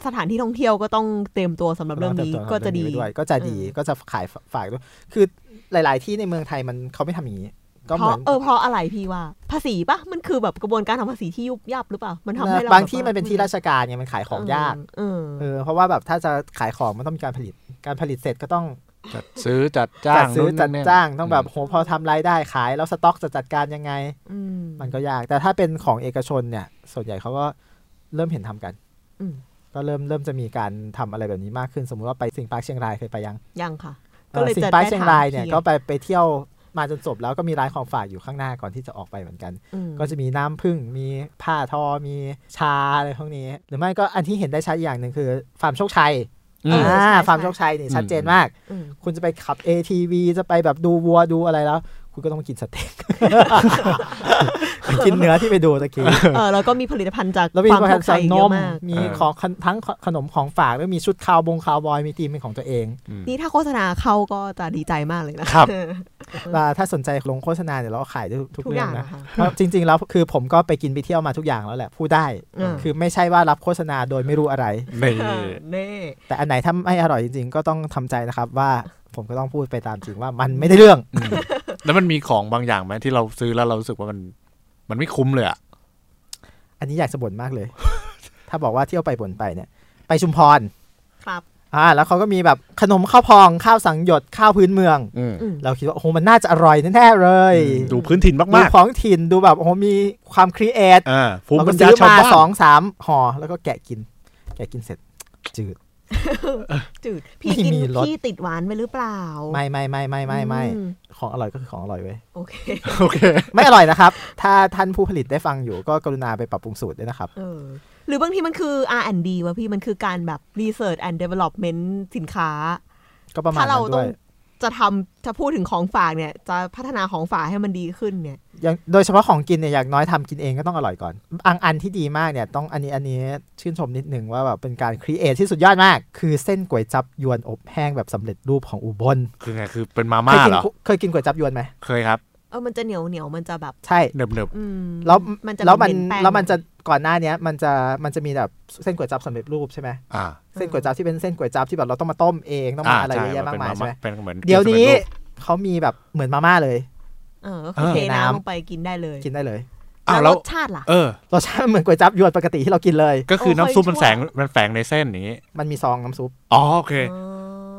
[SPEAKER 3] สถานที่ท่องเที่ยวก็ต้องเตรียมตัวสำหรับเรื่องนี้
[SPEAKER 2] ติบโต
[SPEAKER 3] ก็จะดี
[SPEAKER 2] เรื่องนี้ไปด้วยก็จะดี
[SPEAKER 3] เออ
[SPEAKER 2] ก็จะขายฝากด้วย คือหลาย ๆ ที่ในเมืองไทยมันเขาไม่ทำอย่างนี้ ก็
[SPEAKER 3] เพ
[SPEAKER 2] เหมือ
[SPEAKER 3] ราะ
[SPEAKER 2] น
[SPEAKER 3] เออเพราะอะไรพี่ว่า ภาษีปะมันคือแบบกระบวนการทำภาษีที่ยุบยับหรือเปล่า มันทำให้เรา
[SPEAKER 2] บางที่มันเป็นที่
[SPEAKER 3] แบบ
[SPEAKER 2] ราชการไงมันขายของยาก
[SPEAKER 3] เออ
[SPEAKER 2] เออเพราะว่าแบบถ้าจะขายของมันต้องมีการผลิต การผลิตเสร็จก็ต้อง
[SPEAKER 1] จัดซื้อจัด
[SPEAKER 2] จัด
[SPEAKER 1] จ้าง
[SPEAKER 2] ซื้อ
[SPEAKER 1] นู่น
[SPEAKER 2] จัด
[SPEAKER 1] นี่
[SPEAKER 2] จ้างต้องแบบโหพอทำรายได้ขายแล้วสต็อกจะจัดการยังไง
[SPEAKER 3] อืม
[SPEAKER 2] มันก็ยาก แต่ถ้าเป็นของเอกชนเนี่ย ส่วนใหญ่เขาก็เริ่มเห็นทำกัน
[SPEAKER 3] อืม
[SPEAKER 2] ก็เริ่มเริ่มจะมีการทำอะไรแบบนี้มากขึ้น สมมุติว่าไปสิงห์ปาร์คเชียงรายเคยไปยัง
[SPEAKER 3] ยังค่ะ
[SPEAKER 2] เออสิงห์ปาร์คเชียงรายเนี่ยก็ไปไปเที่ยวมาจนจบแล้วก็มีร้านของฝากอยู่ข้างหน้าก่อนที่จะออกไปเหมือนกัน ก็จะมีน้ำผึ้งมีผ้าทอมีชาอะไรพวกนี้ หรือไม่ก็อันที่เห็นได้ชัดอย่างหนึ่งคือฟาร์มโชคชัย
[SPEAKER 1] อืม
[SPEAKER 3] เ
[SPEAKER 2] อ่า
[SPEAKER 3] ใช่ใช่
[SPEAKER 2] ฟาร์มโชคชัยเนี่ยชัดเจนมาก
[SPEAKER 3] อืม
[SPEAKER 2] คุณจะไปขับ ATV จะไปแบบดูวัวดูอะไรแล้ว คุณก็ต้องกินสเต็ก ไปกินเนื้อที่ไปดูตะกี้
[SPEAKER 3] เออแล้วก็มีผลิตภัณฑ์จาก
[SPEAKER 2] แล้วมี
[SPEAKER 3] ฟาร์ม
[SPEAKER 2] ประ
[SPEAKER 3] โค
[SPEAKER 2] กัน
[SPEAKER 3] ไข่
[SPEAKER 2] น
[SPEAKER 3] เยอะ
[SPEAKER 2] ม
[SPEAKER 3] มาก
[SPEAKER 2] มี
[SPEAKER 1] เออ
[SPEAKER 2] ของขนทั้งขนมของฝากแล้วมีชุดคาวบงคาวบอยมีทีมเป็นของตัวเอง
[SPEAKER 3] นี่ถ้าโฆษณาเข้าก็จะดีใจมากเลยนะครับ เออ อ
[SPEAKER 2] แล้วถ้าสนใจลงโฆษณาเนี่ยเราก็ขายได้ทุก
[SPEAKER 3] ทุก
[SPEAKER 2] เรื่
[SPEAKER 3] อ
[SPEAKER 2] อง
[SPEAKER 3] ย่าง
[SPEAKER 2] นะ
[SPEAKER 3] นะคะ
[SPEAKER 2] เพราะจริง ๆ แล้วคือผมก็ไปกินไปเที่ยวมาทุกอย่างแล้วแหละพูดได้
[SPEAKER 3] อืม
[SPEAKER 2] คือไม่ใช่ว่ารับโฆษณาโดยไม่รู้อะไร
[SPEAKER 1] นี่
[SPEAKER 3] เออเน่
[SPEAKER 2] แต่อันไหนถ้าไม่อร่อยจริง ๆ ก็ต้องทำใจนะครับว่าผมก็ต้องพูดไปตามจริงว่ามันไม่ได้เรื่อง
[SPEAKER 1] อืมแล้วมันมีของบางอย่างไหมที่เราซื้อแล้วเรารู้สึกว่ามันมันไม่คุ้มเลยอะ
[SPEAKER 2] *laughs* อันนี้อยากจะบ่นมากเลย ถ้าบอกว่าเที่ยวไปบ่นไปเนี่ย ไปชุมพร
[SPEAKER 3] ครับ
[SPEAKER 2] อ่าแล้วเขาก็มีแบบขนมข้าวพองข้าวสังหยดข้าวพื้นเมือง
[SPEAKER 1] อืม
[SPEAKER 3] อืม
[SPEAKER 2] เราคิดว่าโอ้โหมันน่าจะอร่อยแน่ๆเลย
[SPEAKER 1] ดูพื้นถิ่น
[SPEAKER 2] ดู
[SPEAKER 1] มาก
[SPEAKER 2] ของถิ่นดูแบบโอ้โหมีความครีเอท
[SPEAKER 1] ๆอ่าภูมิ
[SPEAKER 2] เราก็
[SPEAKER 1] ปัญญา
[SPEAKER 2] ซื้อ
[SPEAKER 1] ชาว
[SPEAKER 2] มา
[SPEAKER 1] บ้าน
[SPEAKER 2] สองสามห่อแล้วก็แกะกิน แกะกินเสร็จ จืด
[SPEAKER 3] จืด พี่
[SPEAKER 2] ไม่
[SPEAKER 3] กิน
[SPEAKER 2] มีรส
[SPEAKER 3] พี่ติดหวานไปหรือเปล่า
[SPEAKER 2] ไม่ไม่ไม่ไม่ไม่ไม่
[SPEAKER 3] อื
[SPEAKER 2] ของอร่อยก็คือของอร่อยเว้ย
[SPEAKER 3] โอเค
[SPEAKER 1] โอเค
[SPEAKER 2] ไม่อร่อยนะครับ ถ้าท่านผู้ผลิตได้ฟังอยู่ก็กรุณาไปปรับปรุงสูตรด้วยนะครับ
[SPEAKER 3] เออหรือบางทีมันคือ R&D วะพี่มันคือการแบบ Research and Development สินค้า
[SPEAKER 2] ก็ประมาณ
[SPEAKER 3] ถ้า
[SPEAKER 2] นั้
[SPEAKER 3] เรา
[SPEAKER 2] น
[SPEAKER 3] ต้
[SPEAKER 2] ด้
[SPEAKER 3] อ
[SPEAKER 2] ว
[SPEAKER 3] ง
[SPEAKER 2] ย
[SPEAKER 3] จะทำจะพูดถึงของฝากเนี่ย จะพัฒนาของฝากให้มันดีขึ้นเนี่ย
[SPEAKER 2] อย่างโดยเฉพาะของกินเนี่ยอย่างน้อยทำกินเองก็ต้องอร่อยก่อนอังอันที่ดีมากเนี่ยต้องอันนี้อันนี้ชื่นชมนิดนึงว่าแบบเป็นการครีเอทที่สุดยอดมาก คือเส้นก๋วยจับยวนอบแห้งแบบสำเร็จรูปของอุบล
[SPEAKER 1] คือไงคือเป็นมา
[SPEAKER 2] เค
[SPEAKER 1] ม่าย
[SPEAKER 2] กิน
[SPEAKER 1] เหรอ
[SPEAKER 2] เคยกินก๋วยจับยวนไหม
[SPEAKER 1] เคยครับ
[SPEAKER 3] เออมันจะเหนียวเหนียวมันจะแบบ
[SPEAKER 2] ใช่
[SPEAKER 1] เนิบเนิบ
[SPEAKER 3] อืม
[SPEAKER 2] แล้ว
[SPEAKER 3] มันจะ
[SPEAKER 2] แล้วมัน
[SPEAKER 3] เหป้ง
[SPEAKER 2] แล้วมันจะก่อนหน้าเนี้ยมันจะมันจะมีแบบเส้นก๋วยจับสำเร็จรูปใช่ไหม
[SPEAKER 1] ๆอ่า
[SPEAKER 2] เส้นก๋วยจับที่เป็นเส้นก๋วยจับที่แบบเราต้องมาต้มเองต้องมาอะไรเยอะแยะมากมาย
[SPEAKER 1] ใช่
[SPEAKER 2] ใช่ไหม
[SPEAKER 1] เป็นเหมือน
[SPEAKER 2] เดี๋ยวนี้
[SPEAKER 1] ป็สำร็จรูป
[SPEAKER 2] เขามีแบบเหมือนมาม่าเลย
[SPEAKER 3] เออก็คือ
[SPEAKER 1] เออ
[SPEAKER 3] เทน้ำ
[SPEAKER 2] น้ำ
[SPEAKER 3] ลงไปกินได้เลย
[SPEAKER 2] กินได้เลย
[SPEAKER 1] อ้าว
[SPEAKER 3] ร
[SPEAKER 1] แล้ว
[SPEAKER 3] สชาติล่ะ
[SPEAKER 1] เออ
[SPEAKER 2] รสชาติมันเหมือนก๋วยจับยวนปกติที่เรากินเลย
[SPEAKER 1] ก็คือ
[SPEAKER 3] โอ้
[SPEAKER 1] น้ำซุป
[SPEAKER 3] เคย
[SPEAKER 1] มัน
[SPEAKER 3] ชั่ว
[SPEAKER 1] แฝงมันแฝงในเส้นอย่างนี้
[SPEAKER 2] มันมีซองน้ำซุป
[SPEAKER 1] อ๋อโอเค
[SPEAKER 3] อ๋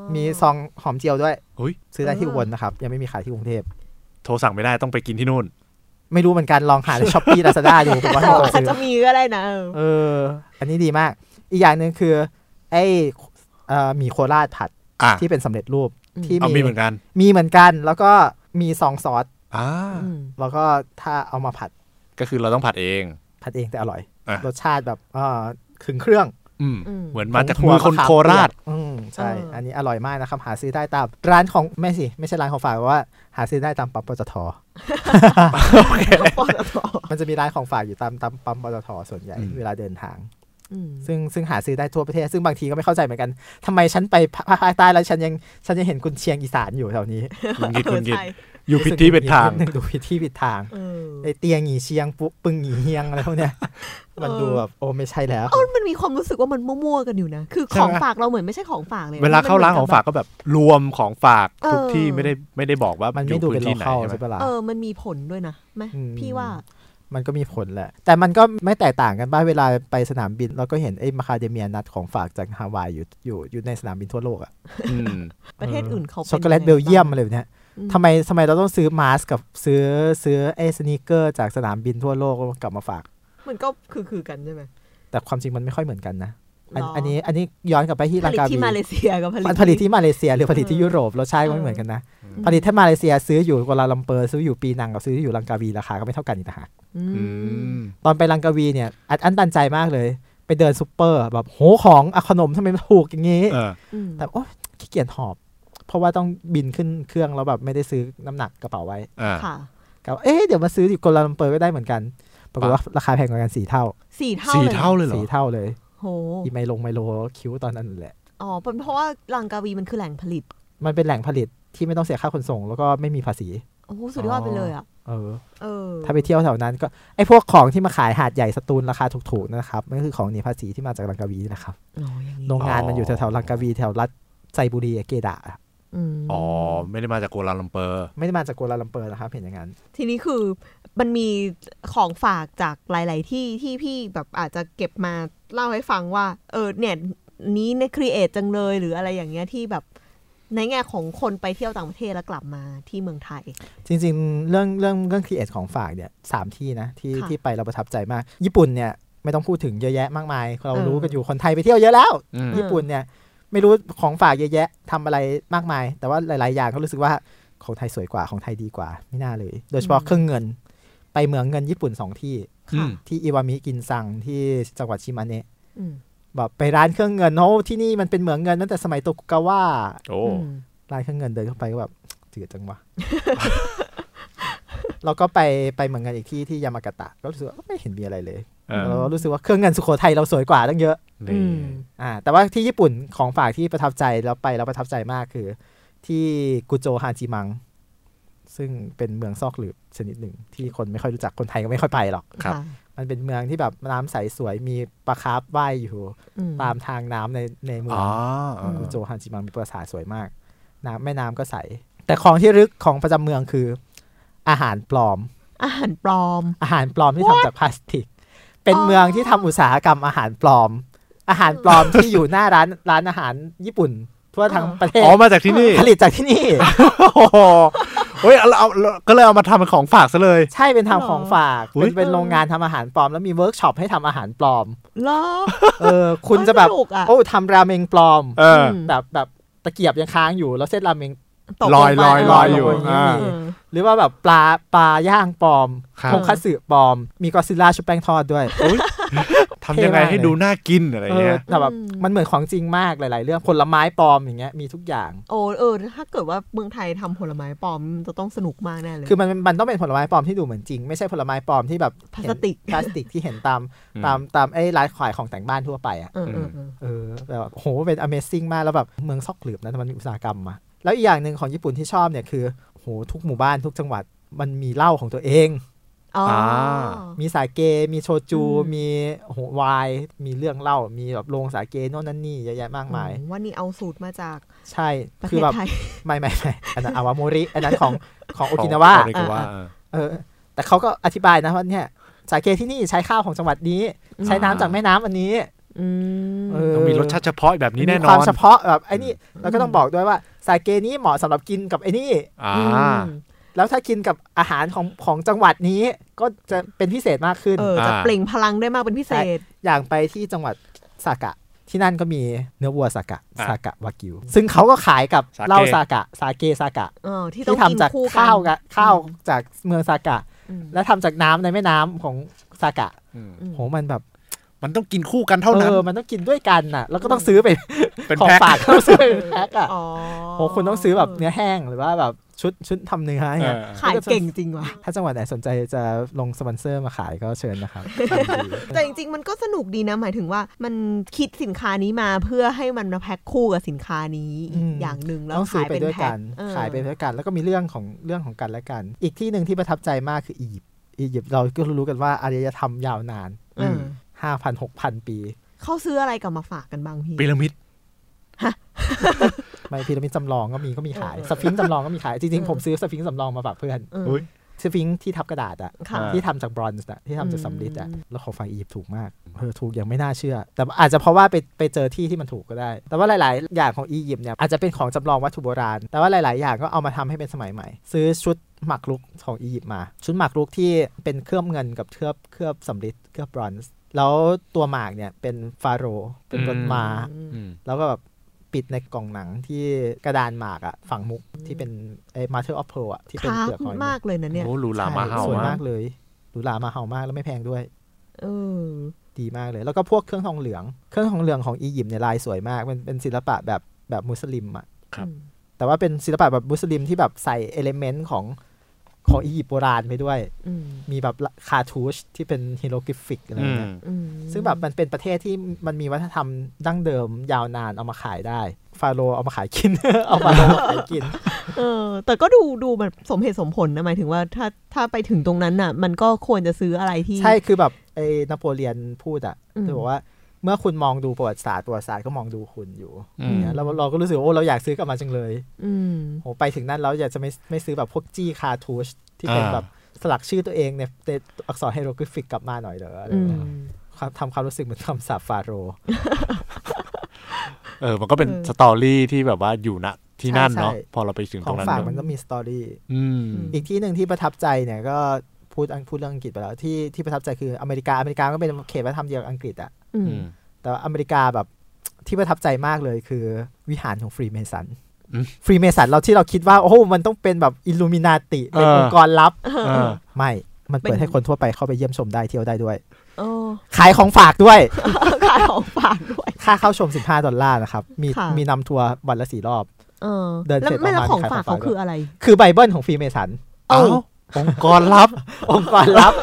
[SPEAKER 3] อ
[SPEAKER 2] มีซองหอมเจียวด้วย
[SPEAKER 1] อุ๊ย
[SPEAKER 2] ซื้อได้ที่
[SPEAKER 3] อ่า
[SPEAKER 2] อุบลนะครับ ยังไม่มีขายที่กรุงเทพ
[SPEAKER 1] โทรสั่งไม่ได้ต้องไปกินที่นู่น
[SPEAKER 2] ไม่รู้เหมือนกันลอง
[SPEAKER 1] *laughs*
[SPEAKER 2] หาในช้อปปี้ลาซาด้าดูผมว่าให้ลอง
[SPEAKER 3] อาจ
[SPEAKER 2] ซื้อ
[SPEAKER 3] จะมีก็ได้นะเออ
[SPEAKER 2] เออ อันนี้ดีมาก อีกอย่างหนึ่งคือ ไอ้เอ่อหมีโคราชผัด
[SPEAKER 1] อ่ะ
[SPEAKER 2] ที่เป็นสำเร็จรูปที่
[SPEAKER 1] เอามีเหมือนกัน
[SPEAKER 2] มีเหมือนกัน แล้วก็มีซองซอส
[SPEAKER 1] อ่า
[SPEAKER 3] อ
[SPEAKER 2] แล้วก็ถ้าเอามาผัด
[SPEAKER 1] ก็คือเราต้องผัดเอง
[SPEAKER 2] ผัดเองแต่อร่อย
[SPEAKER 1] อ่ะ
[SPEAKER 2] รสชาติแบบเอ่อถึงเครื่อง
[SPEAKER 1] อืม
[SPEAKER 3] อืม
[SPEAKER 1] เหมือนมาจาก
[SPEAKER 2] ขง
[SPEAKER 1] มือคน
[SPEAKER 2] หัวะข
[SPEAKER 1] โคราช
[SPEAKER 2] เปียกอืมใช่
[SPEAKER 3] เอออั
[SPEAKER 2] อันนี้อร่อยมากนะครับ หาซื้อได้ตามร้านของไม่สิ ไม่ใช่ร้านของฝากแต่ว่า หาซื้อได้ตามปั๊มปตท
[SPEAKER 3] ปอดต่อ
[SPEAKER 2] มันจะมีร้านของฝากอยู่ตามตามปั๊มปตทส่วนใหญ่
[SPEAKER 1] อืม
[SPEAKER 2] เวลาเดินทาง
[SPEAKER 3] อืม
[SPEAKER 2] ซึ่งซึ่งหาซื้อได้ทั่วประเทศ ซึ่งบางทีก็ไม่เข้าใจเหมือนกันทำไมฉันไปภาภาคใต้แล้วฉันยังฉันยังเห็นกุนเชียงอีสานอยู่แถวนี้
[SPEAKER 1] มึงกิน
[SPEAKER 3] เอ
[SPEAKER 1] มึ
[SPEAKER 3] อง
[SPEAKER 1] กิน
[SPEAKER 3] ใช่
[SPEAKER 1] อยู่ผิดที่เป็นทาง
[SPEAKER 2] รู้สึกหงุดหงิดนิดนึงดูผิดที่ผิดทาง
[SPEAKER 3] เออ
[SPEAKER 2] ไอเตียงหงีเชียงปุ๊บปึงหงีเฮียงอะไรพวกเนี้ยมันดูแบบโอ้ไม่ใช่แล้ว
[SPEAKER 3] เอ้ามันมีความรู้สึกว่ามันมั่วๆกันอยู่นะ คือ
[SPEAKER 1] ใช่
[SPEAKER 3] ของ
[SPEAKER 1] ไหม
[SPEAKER 3] ฝากเราเหมือนไม่ใช่ของฝากเลยนะ
[SPEAKER 1] เวลาเข้าร้าน
[SPEAKER 3] มั
[SPEAKER 1] ข
[SPEAKER 3] นหมื
[SPEAKER 1] อน ง
[SPEAKER 3] บ
[SPEAKER 1] ฝาก
[SPEAKER 3] บ
[SPEAKER 1] ก็แบบรวมของฝากทุก
[SPEAKER 3] เออ
[SPEAKER 1] ที่ไม่ได้ไม่ได้บอกว่า
[SPEAKER 2] มัน
[SPEAKER 1] อ
[SPEAKER 2] ไม่
[SPEAKER 1] ยู่
[SPEAKER 2] ดู
[SPEAKER 1] พื้
[SPEAKER 2] เป็น น
[SPEAKER 1] ที่
[SPEAKER 2] โล
[SPEAKER 1] ไหน
[SPEAKER 2] เคอล
[SPEAKER 1] ใช่ไหม
[SPEAKER 2] ใช่ปะล่ะ
[SPEAKER 3] เออมันมีผลด้วยนะไหม
[SPEAKER 2] อืม
[SPEAKER 3] พี่ว่า
[SPEAKER 2] มันก็มีผลแหละ แต่มันก็ไม่แตกต่างกันบ้างเวลาไปสนามบินเราก็เห็นไอ้มาคาเดเมียนัดของฝากจากฮาวายอยู่อยู่อยู่ในสนามบินทั่วโลกอะ
[SPEAKER 1] อืม
[SPEAKER 3] ประเทศอื่นเขาป็น
[SPEAKER 2] ช็อกโกแลต
[SPEAKER 3] ยัง
[SPEAKER 2] เบ
[SPEAKER 3] ไง
[SPEAKER 2] ลเยียม
[SPEAKER 3] บ้าง
[SPEAKER 2] อะไรแบบเนี้ย
[SPEAKER 3] อืม
[SPEAKER 2] ทำไมทำไมเราต้องซื้อมาสก์กับซื้อซื้อไอ้สนีกเกอร์จากสนามบินทั่วโลกกลับมาฝาก
[SPEAKER 3] มันก็คือคือๆกันใช่ไหม
[SPEAKER 2] แต่ความจริงมันไม่ค่อยเหมือนกันนะอัน
[SPEAKER 3] หร
[SPEAKER 2] อันนี้อันนี้ย้อนกลับไปที่
[SPEAKER 3] ผ
[SPEAKER 2] ลัง
[SPEAKER 3] ลิต
[SPEAKER 2] กา
[SPEAKER 3] ที่
[SPEAKER 2] บี
[SPEAKER 3] มาเลเซียกับผลิต
[SPEAKER 2] มันผลิตที่มาเลเซียหรือผลิตที่
[SPEAKER 3] เออ
[SPEAKER 2] ยุโรปรสชาติก็ไม่
[SPEAKER 3] เออ
[SPEAKER 2] เหมือนกันนะ ผลิตที่มาเลเซียซื้ออยู่กัวลาลัมเปอร์ซื้ออยู่ปีนังกับซื้ออยู่ลังกาวีราคาก็ไม่เท่ากันอีกนะฮะ
[SPEAKER 3] อื
[SPEAKER 1] อื
[SPEAKER 3] ม
[SPEAKER 1] ม
[SPEAKER 2] ตอนไปลังกาวีเนี่ยอัดอั้นตันใจมากเลย ไปเดินซูเปอร์แบบโหของอะขนมทำไมมันถูกอย่างนี้
[SPEAKER 1] เออ
[SPEAKER 3] อืม
[SPEAKER 2] แต่โอ๊ยขี้เกียจหอบ เพราะว่าต้องบินขึ้นเครื่องแล้วแบบไม่ได้ซื้อน้ำหนักกระเป๋าไว้
[SPEAKER 1] อ่า
[SPEAKER 3] ค่ะ
[SPEAKER 2] ก็เอ๊ะเดี๋ยวมาซื้ออยู่กัวลาลัมเปอร์ก็ได้เหมือนกันปรากฏว่าราคาแพงกว่ากันสี่เท่า
[SPEAKER 3] สี่เท่า
[SPEAKER 1] สี่
[SPEAKER 3] เลยนะ
[SPEAKER 1] เท่าเลยเหรอ
[SPEAKER 2] สี่เท่าเลย
[SPEAKER 3] โห
[SPEAKER 2] อีไมลงไมโลคิวตอนนั้นแหละ
[SPEAKER 3] อ๋อเป็นเพราะว่าลังกาวีมันคือแหล่งผลิต
[SPEAKER 2] มันเป็นแหล่งผลิตที่ไม่ต้องเสียค่าขนส่ง แล้วก็ไม่มีภาษี
[SPEAKER 3] โอ้โหสุดยอดไปเลยอ่ะ
[SPEAKER 2] เออ
[SPEAKER 3] เออ
[SPEAKER 2] ถ้าไปเที่ยวแถวนั้นก็ไอพวกของที่มาขายหาดใหญ่สตูลราคาถูกๆนะครับนั่นคือของหนีภาษีที่มาจากลังกาวีนี่แหละครับ
[SPEAKER 3] โอ้อย่างนี้
[SPEAKER 2] โรงงาน
[SPEAKER 1] อ๋อ
[SPEAKER 2] มันอยู่แถวๆลังกาวีแถวรัฐไซบุรีเกดะอะ
[SPEAKER 3] ม
[SPEAKER 1] อ๋อไม่ได้มาจากกัวลาลัมเปอร์
[SPEAKER 2] ไม่ได้มาจากกัวลาลัมเปอร์นะครับเห็นอย่างนั้น
[SPEAKER 3] ทีนี้คือมันมีของฝากจากหลาย ๆ ที่ที่พี่แบบอาจจะเก็บมาเล่าให้ฟังว่า เออเนี่ยนี้ในครีเอทจังเลยหรืออะไรอย่างเงี้ยที่แบบในแง่ของคนไปเที่ยวต่างประเทศแล้วกลับมาที่เมืองไทย
[SPEAKER 2] จริงๆ เรื่องเรื่องเรื่องครีเอทของฝากเนี่ยสามที่นะที่
[SPEAKER 3] ค่ะ
[SPEAKER 2] ที่ไปเราประทับใจมาก ญี่ปุ่นเนี่ยไม่ต้องพูดถึงเยอะแยะมากมาย เรา
[SPEAKER 3] เออ
[SPEAKER 2] รู้กันอยู่คนไทยไปเที่ยวเยอะแล้ว
[SPEAKER 1] อืม
[SPEAKER 3] เออ
[SPEAKER 2] ญี่ปุ่นเนี่ยไม่รู้ของฝากเยอะแยะทำอะไรมากมาย แต่ว่าหลาย ๆ อย่างก็รู้สึกว่าของไทยสวยกว่าของไทยดีกว่าไม่น่าเลย โดยเฉพาะเครื่องเงิน ไปเมืองเงินญี่ปุ่นสองที่
[SPEAKER 1] อืม
[SPEAKER 2] ที่อิวามิกินซังที่จังหวัดชิมาเนะ
[SPEAKER 3] อืม
[SPEAKER 2] แบบไปร้านเครื่องเงินโอ้ที่นี่มันเป็นเหมืองเงินตั้งแต่สมัยโตกุกาวะ
[SPEAKER 1] โอ้
[SPEAKER 3] ม
[SPEAKER 2] ร้านเครื่องเงินเดินเข้าไปก็แบบจืดจัง *laughs* วะ เราก็ไปไปเหมืองเงินอีกที่ที่ยามากาตะก็รู้สึกว่าไม่เห็นมีอะไรเลย
[SPEAKER 1] เออ
[SPEAKER 2] เรารู้สึกว่าเครื่องเงินสุโขทัยเราสวยกว่าตั้งเยอะ
[SPEAKER 1] นี่
[SPEAKER 3] อืม
[SPEAKER 2] อ่าแต่ว่าที่ญี่ปุ่นของฝากที่ประทับใจแล้วไปแล้วประทับใจมากคือ ที่กุโจฮาจิมัง ซึ่งเป็นเมืองซอกหลืบชนิดหนึ่ง ที่คนไม่ค่อยรู้จักคนไทยก็ไม่ค่อยไปหรอก
[SPEAKER 1] ครับ
[SPEAKER 3] ะ
[SPEAKER 2] มันเป็นเมืองที่แบบน้ำใสสวยมีปลาคาร์ฟว่ายอยู่
[SPEAKER 3] อืม
[SPEAKER 2] ตามทางน้ำในในเมือง
[SPEAKER 1] อ๋อเออ
[SPEAKER 2] กุโจฮาจิมังมีปราสาทสวยมาก น้ำแม่น้ำก็ใส แต่ของที่ระลึกของประจำเมืองคือ อาหารปลอม
[SPEAKER 3] อาหารปลอม
[SPEAKER 2] อาหารปลอมที่ทำจากพลาสติก เป็น
[SPEAKER 3] อ๋อ
[SPEAKER 2] เมืองที่ทำอุตสาหกรรมอาหารปลอม อาหารปลอมที่อยู่หน้าร้านร้านอาหารญี่ปุ่น ทั่วทั้งประเทศ
[SPEAKER 1] อ๋อมาจากที่นี่
[SPEAKER 2] ผลิตจากที่นี่
[SPEAKER 1] โอ้โหเฮ้ยเอาเอาเอาก็เลยเอามาทำเป็นของฝากซะเลย
[SPEAKER 2] ใช่เป็นทำ
[SPEAKER 3] หรอ
[SPEAKER 2] ของฝาก
[SPEAKER 1] อุ๊
[SPEAKER 2] เป็น
[SPEAKER 1] ย
[SPEAKER 2] เป็นโรงงานทำอาหารปลอม แล้วมีเวิร์กช็อปให้ทำอาหารปลอม
[SPEAKER 3] เหรอ
[SPEAKER 2] เออ คุณจะแบบ
[SPEAKER 3] สนุกอะ
[SPEAKER 2] โอ้ทำราเมงปลอม
[SPEAKER 1] เออ
[SPEAKER 3] ม
[SPEAKER 2] แบบแบบตะเกียบยังค้างอยู่ แล้วเส้นราเมง
[SPEAKER 3] ตก
[SPEAKER 1] ล
[SPEAKER 3] ง
[SPEAKER 1] อย
[SPEAKER 3] ไป
[SPEAKER 1] ลอยลอยอยู่
[SPEAKER 2] ลอยลงไป
[SPEAKER 1] อ่า
[SPEAKER 3] เออ
[SPEAKER 2] หรือว่าแบบปลาปลาย่างปลอม
[SPEAKER 1] ครับ
[SPEAKER 2] ทงคัตสึปลอม มีกอซิลล่าชุบแป้งทอดด้วย
[SPEAKER 1] อุ๊ยทำยังไงให้ดูน่ากินอะไร
[SPEAKER 2] เออ
[SPEAKER 1] เงี้ย
[SPEAKER 2] แต่แบบ
[SPEAKER 3] อืม
[SPEAKER 2] มันเหมือนของจริงมากหลาย ๆ เรื่องผลไม้ปลอมอย่างเงี้ยมีทุกอย่าง
[SPEAKER 3] โอ้เออ ถ้าเกิดว่าเมืองไทยทำผลไม้ปลอมมันจะต้องสนุกมากแน่เลย
[SPEAKER 2] คือมันมันต้องเป็นผลไม้ปลอมที่ดูเหมือนจริง ไม่ใช่ผลไม้ปลอมที่แบบ
[SPEAKER 3] พลาสติก
[SPEAKER 2] เห็นพลาสติกที่เห็นตาม
[SPEAKER 1] อืม
[SPEAKER 2] ตามตามไอ้ร้านขายของแต่งบ้านทั่วไปอ่ะ
[SPEAKER 3] เออเออเออ
[SPEAKER 2] เออแบบโหเป็น Amazing มากแล้วแบบเมืองซอกหลืบนะแต่มันมีอุตสาหกรรมอะแล้วอีกอย่างหนึ่งของญี่ปุ่นที่ชอบเนี่ยคือโหทุกหมู่บ้านทุกจังหวัดมันมีเหล้าของตัวเอง
[SPEAKER 3] อ๋ออ
[SPEAKER 1] า
[SPEAKER 2] มีสาเกมีโชจู
[SPEAKER 3] อืม
[SPEAKER 2] มีโหไวายมีเรื่องเหล้ามีแบบโรงสาเกโน่นนั่นนี่เยอะแยะมากมาย
[SPEAKER 3] โอ้ว่านี่เอาสูตรมาจาก
[SPEAKER 2] ใช่
[SPEAKER 3] ประเท
[SPEAKER 2] คือ
[SPEAKER 3] ศ
[SPEAKER 2] แบบ
[SPEAKER 3] ไทย
[SPEAKER 2] ไม่ไม่ไม่อันนั้นอาวาโมริ อันนั้น
[SPEAKER 3] *laughs*
[SPEAKER 2] ของของโอกินาวา
[SPEAKER 1] ของโอกินาวา
[SPEAKER 3] อ่ะ
[SPEAKER 1] เออ
[SPEAKER 2] เออ แต่เขาก็อธิบายนะว่าเนี่ยสาเกที่นี่ใช้ข้าวของจังหวัดนี้
[SPEAKER 3] อืม
[SPEAKER 2] ใช้น้ำจากแม่น้ำอันนี้
[SPEAKER 3] อืม
[SPEAKER 2] เ
[SPEAKER 1] ต้องมีรสชาติเฉพาะแบบนี้แน่น
[SPEAKER 2] มีค
[SPEAKER 1] อ
[SPEAKER 2] วาม
[SPEAKER 1] น
[SPEAKER 2] เฉพาะแบบไอ้นี่เราก็ต้องบอกด้วยว่าสาเกนี้เหมาะสำหรับกินกับไอ้นี่
[SPEAKER 1] อ่า
[SPEAKER 3] อืม
[SPEAKER 2] แล้วถ้ากินกับอาหารของของจังหวัดนี้ก็จะเป็นพิเศษมากขึ้น
[SPEAKER 3] เออจะ
[SPEAKER 1] อ่า
[SPEAKER 3] เปล่งพลังได้มากเป็นพิเศษ
[SPEAKER 2] อย่างไปที่จังหวัดสากะ ที่นั่นก็มีเนื้อวัวสากะ
[SPEAKER 1] อ่ะ
[SPEAKER 2] สากะวากิว ซึ่งเขาก็ขายกับ
[SPEAKER 1] สาเก
[SPEAKER 2] เหล้าสากะสาเกสากะ
[SPEAKER 3] เออ ที่ต้อง
[SPEAKER 2] ที่ทำจาก
[SPEAKER 3] นคู่น
[SPEAKER 2] ข้าวกับข้าวจากเมืองสากะ
[SPEAKER 3] อืม
[SPEAKER 2] แล้วทำจากน้ำในแม่น้ำของสากะ
[SPEAKER 1] อืม
[SPEAKER 3] อืม
[SPEAKER 2] โหมันแบบ
[SPEAKER 1] มันต้องกินคู่กันเท่านั้น
[SPEAKER 2] เออมันต้องกินด้วยกันน่ะ แล้วก็ต้องซื้อไป
[SPEAKER 1] เป็น
[SPEAKER 2] ของ
[SPEAKER 1] แพ็ค
[SPEAKER 2] ฝากต้องซื้อเป็นแพ็คอ่ะ
[SPEAKER 3] อ๋อ
[SPEAKER 2] โหคุณต้องซื้อแบบเนื้อแห้งหรือว่าแบบชุดชุดทำเนื้ออย่างเงี้ย
[SPEAKER 1] เออ
[SPEAKER 3] ขายเก่งจริงว่ะ
[SPEAKER 2] ถ้าจังหวัดไหนสนใจจะลงสปอนเซอร์มาขายก็เชิญนะครับ
[SPEAKER 3] แต่จริงๆ มันก็สนุกดีนะ หมายถึงว่ามันคิดสินค้านี้มาเพื่อให้มันมาแพ็คคู่กับสินค้านี้อีก
[SPEAKER 2] อืม
[SPEAKER 3] อย่างหนึ่งแล้ว
[SPEAKER 2] ต้องซื้อ
[SPEAKER 3] ขา
[SPEAKER 2] ย ไป
[SPEAKER 3] เป็น
[SPEAKER 2] ด้วย
[SPEAKER 3] แพ็
[SPEAKER 2] กั
[SPEAKER 3] คน เออ
[SPEAKER 2] ขายไปด้วยกัน แล้วก็มีเรื่องของเรื่องของกันและกัน อีกที่หนึ่งที่ประทับใจมากคืออียิปต์อียิปต์เราก็รู้กันว่าอารยธรรมยาวนาน
[SPEAKER 3] เออ
[SPEAKER 2] ห้าพันหกพันปี
[SPEAKER 3] เขาซื้ออะไรกลับมาฝากกันบ้างพี่
[SPEAKER 1] พีระมิด
[SPEAKER 2] ไม่พีระมิดจำลองก็มีก็มีขาย
[SPEAKER 3] เออ
[SPEAKER 2] สฟิงค์จำลองก็มีขายจริง
[SPEAKER 3] เอ
[SPEAKER 2] ๆ
[SPEAKER 3] อ
[SPEAKER 2] ผมซื้อสฟิงค์จำลองมาฝากเพื่อน
[SPEAKER 3] เออ
[SPEAKER 1] อุ๊ย
[SPEAKER 2] สฟิงค์ที่ทับกระดาษอะ
[SPEAKER 3] ค่ะ
[SPEAKER 2] ที่ทำจากบรอนซ์อะที่ทำจากสำริดอะ
[SPEAKER 3] อืม
[SPEAKER 2] แล้วของฝั่งอียิปต์ถูกมากเออถูกยังไม่น่าเชื่อ แต่อาจจะเพราะว่าไปไปเจอที่ที่มันถูกก็ได้ แต่ว่าหลาย ๆ อย่างของอียิปต์เนี่ยอาจจะเป็นของจำลองวัตถุโบราณ แต่ว่าหลาย ๆ อย่างก็เอามาทำให้เป็นสมัยใหม่ ซื้อชุดหมากรุกของอียิปต์มา ชุดหมากรุกที่เป็นเคลือบเงินกับเคลือบเคลือบสำริดเคลือบบรอนซ์แล้วตัวหมากเนี่ยเป็นฟาโรห์เป็นรถม้า
[SPEAKER 3] อืม
[SPEAKER 1] อืม
[SPEAKER 2] แล้วก็แบบปิดในกล่องหนังที่กระดานหมากอะฝังมุกที่เป็นไอ้ Master of Pearl อะที่เป็น
[SPEAKER 3] ค้า
[SPEAKER 2] เปลือกหอย
[SPEAKER 3] มากเลยนะเนี่ย
[SPEAKER 1] โอ้หรูหรามาเฮา
[SPEAKER 2] สว
[SPEAKER 1] มาม
[SPEAKER 2] ยาก กเลยหรูหรามาเฮามากแล้วไม่แพงด้วย
[SPEAKER 3] เออ
[SPEAKER 2] ดีมากเลย แล้วก็พวกเครื่องทองเหลือง เครื่องทองเหลืองของอียิปต์เนี่ยลายสวยมากมันเป็นศิลปะแบบแบบมุสลิมอะ
[SPEAKER 1] ครับ
[SPEAKER 2] แต่ว่าเป็นศิลปะแบบมุสลิมที่แบบใส่เอลเมนต์ของของอียิปต์โบราณไปด้วย
[SPEAKER 3] อืม
[SPEAKER 2] มีแบบคาทูชที่เป็นฮีโรกริฟิกอะไร
[SPEAKER 1] อืม
[SPEAKER 2] เงี้ย
[SPEAKER 3] อืม
[SPEAKER 2] ซึ่งแบบมันเป็นประเทศที่มันมีวัฒนธรรมดั้งเดิมยาวนานเอามาขายได้ ฟาโรห์เอามาขายกิน *laughs* เอาฟาโรห์มาขาย
[SPEAKER 3] *laughs*
[SPEAKER 2] กิน
[SPEAKER 3] เออ แต่ก็ดูดูแบบสมเหตุสมผลนะหมายถึงว่าถ้าถ้าไปถึงตรงนั้นน่ะ มันก็ควรจะซื้ออะไรที่
[SPEAKER 2] ใช่คือแบบไอ้นโปเลียนพูดอะ
[SPEAKER 3] อืม
[SPEAKER 2] ที่บอกว่าเมื่อคุณมองดูประวัติศาสตร์ประวัติศาสตร์ก็มองดูคุณอยู่
[SPEAKER 1] อื
[SPEAKER 2] อ
[SPEAKER 1] ม
[SPEAKER 2] ย่างเงี้ยเราเราก็รู้สึกว่าโอ้เราอยากซื้อกลับมาจังเลย
[SPEAKER 3] อืม
[SPEAKER 2] โหไปถึงนั้นเราอยากจะไม่ไม่ซื้อแบบพวกจี้คาทูชที่เป็น
[SPEAKER 1] อ่า
[SPEAKER 2] แบบสลักชื่อตัวเองในในอักษรไฮโรกริฟิกกลับมาหน่อยเด้ออะไร
[SPEAKER 3] อื
[SPEAKER 2] เงี้
[SPEAKER 3] ม
[SPEAKER 2] ยความทำความรู้สึกเหมือนคำสาปฟาโรห์
[SPEAKER 1] เออ มันก็เป็น
[SPEAKER 3] เออ
[SPEAKER 1] สตอรี่ที่แบบว่าอยู่ณที่นั่น
[SPEAKER 2] ใช่
[SPEAKER 1] เนาะ
[SPEAKER 2] ใช่
[SPEAKER 1] พอเราไปถึง
[SPEAKER 2] ข
[SPEAKER 1] ตร
[SPEAKER 2] อง
[SPEAKER 1] งนั้น
[SPEAKER 2] ฝาก
[SPEAKER 1] เน
[SPEAKER 2] มัน
[SPEAKER 1] อะ
[SPEAKER 2] ก็มีสตอรี่
[SPEAKER 1] อืม
[SPEAKER 3] ม
[SPEAKER 2] อีกที่หนึ่งที่ประทับใจเนี่ยก็พูดอังพูดเรื่องอังกฤษไปแล้วที่ที่ประทับใจคืออเมริกาอเมริกาก็เป็นเขตวัฒนธรรมเดียวกับอังกฤษอะ
[SPEAKER 3] อืม
[SPEAKER 1] อืม
[SPEAKER 2] แต่ว่าอเมริกาแบบที่ประทับใจมากเลยคือวิหารของฟรีเมสัน
[SPEAKER 1] อืม
[SPEAKER 2] ฟรีเมสันเราที่เราคิดว่า โอ้โหมันต้องเป็นแบบอิลูมินาติเป็น
[SPEAKER 1] เออ
[SPEAKER 2] องค์กรลับ
[SPEAKER 1] เออ
[SPEAKER 2] ไม่ มันเปิดให้คนทั่วไปเข้าไปเยี่ยมชมได้เที่ยวได้ด้วย
[SPEAKER 3] เออ *laughs*
[SPEAKER 2] ขายของฝากด้วย
[SPEAKER 3] ขายของฝากด้วย
[SPEAKER 2] ค่าเข้าชม 15 ดอลลาร์นะครับ มี
[SPEAKER 3] ค่ะ
[SPEAKER 2] มีนำทัวร์วันละสี่รอบ
[SPEAKER 3] เออ
[SPEAKER 2] เดิน
[SPEAKER 3] แล้ว
[SPEAKER 2] เสร็จ
[SPEAKER 3] ไม่แล้ว
[SPEAKER 2] ออกมา
[SPEAKER 3] ของ
[SPEAKER 2] ขาย
[SPEAKER 3] ฝา
[SPEAKER 2] ข
[SPEAKER 3] ก
[SPEAKER 2] องฝาก
[SPEAKER 3] เขาคืออะไร
[SPEAKER 2] คือไบเบิลของฟรีเมสัน
[SPEAKER 1] เอ้า องค์กรลับ
[SPEAKER 2] องค์กรลับ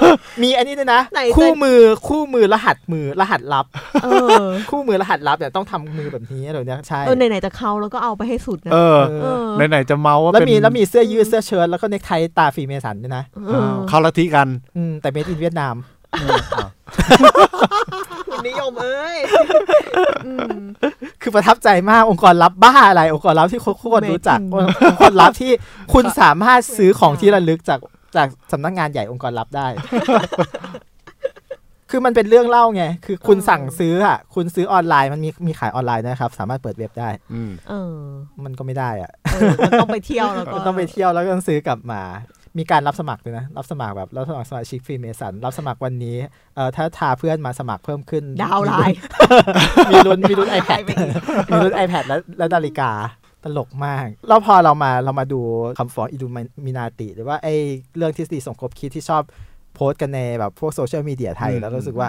[SPEAKER 2] มีอันนี้ด้วยนะ
[SPEAKER 3] ไหน
[SPEAKER 2] คู่มือคู่มือรหัสมือรหัสลับ
[SPEAKER 3] เออ
[SPEAKER 2] คู่มือรหัสลับเนี่ยต้องทำมือแบบนี้เดี๋ยวนี้ใช่
[SPEAKER 3] เออไหนๆจะเข้าแล้วก็เอาไปให้สุดนะ
[SPEAKER 1] เออ
[SPEAKER 2] เอ
[SPEAKER 3] เอ
[SPEAKER 2] อ
[SPEAKER 3] อ
[SPEAKER 1] ไหนๆจะเมาว่า
[SPEAKER 2] แล้ว
[SPEAKER 1] เป็น
[SPEAKER 2] มีแล้วมีเสื้อยืดเสื้อเชิ้ตแล้วก็เนคไทตาฟรีเมสันด้วยนะ
[SPEAKER 3] เอ
[SPEAKER 1] อ่า
[SPEAKER 3] อ
[SPEAKER 1] เข้าลัทธิกัน
[SPEAKER 2] อืมแต่เมดินเวียดนาม
[SPEAKER 3] คุณนิยมเอ้ยอืม
[SPEAKER 2] คือประทับใจมากองค์กรลับบ้าอะไร องค์กรลับที่คนคนรู้จัก
[SPEAKER 3] Amazing
[SPEAKER 2] องค์กรลับที่คุณสามารถ
[SPEAKER 3] *laughs*
[SPEAKER 2] ซื้อของที่ระลึกจากจากสำนักงานใหญ่องค์กรลับได้ คือมันเป็นเรื่องเล่าไง คือคุณ
[SPEAKER 3] เออ
[SPEAKER 2] สั่งซื้ออ่ะ คุณซื้อออนไลน์มันมีมีขายออนไลน์นะครับ สามารถเปิดเว็บได้
[SPEAKER 1] อืม
[SPEAKER 3] เออ
[SPEAKER 2] มันก็ไม่ได้อ่ะ
[SPEAKER 3] เออมันต้องไปเที่ยวแล้วก็
[SPEAKER 2] มันต้องไปเที่ยวแล้วก็ต้องซื้อกลับมา มีการรับสมัครด้วยนะ รับสมัครแบบรับสมัครสมาชิกฟรีเมสัน รับสมัครวันนี้ เอ่อถ้าทาเพื่อนมาสมัครเพิ่มขึ้น
[SPEAKER 3] ดาวน์ไลน์
[SPEAKER 2] มีลุ้นมีลุ้น
[SPEAKER 3] *laughs*
[SPEAKER 2] iPad
[SPEAKER 3] ไปอีก
[SPEAKER 2] *laughs* มีรุ่น iPad และและนาฬิกาตลกมาก แล้วพอเรามาเรามาดูคำฟ้องอิดูมินาติ หรือว่าไอ้เรื่องทฤษฎีสมคบคิดที่ชอบโพสต์กันในแบบพวกโซเชียลมีเดียไทย
[SPEAKER 1] อืม
[SPEAKER 2] แล้วรู้สึกว่า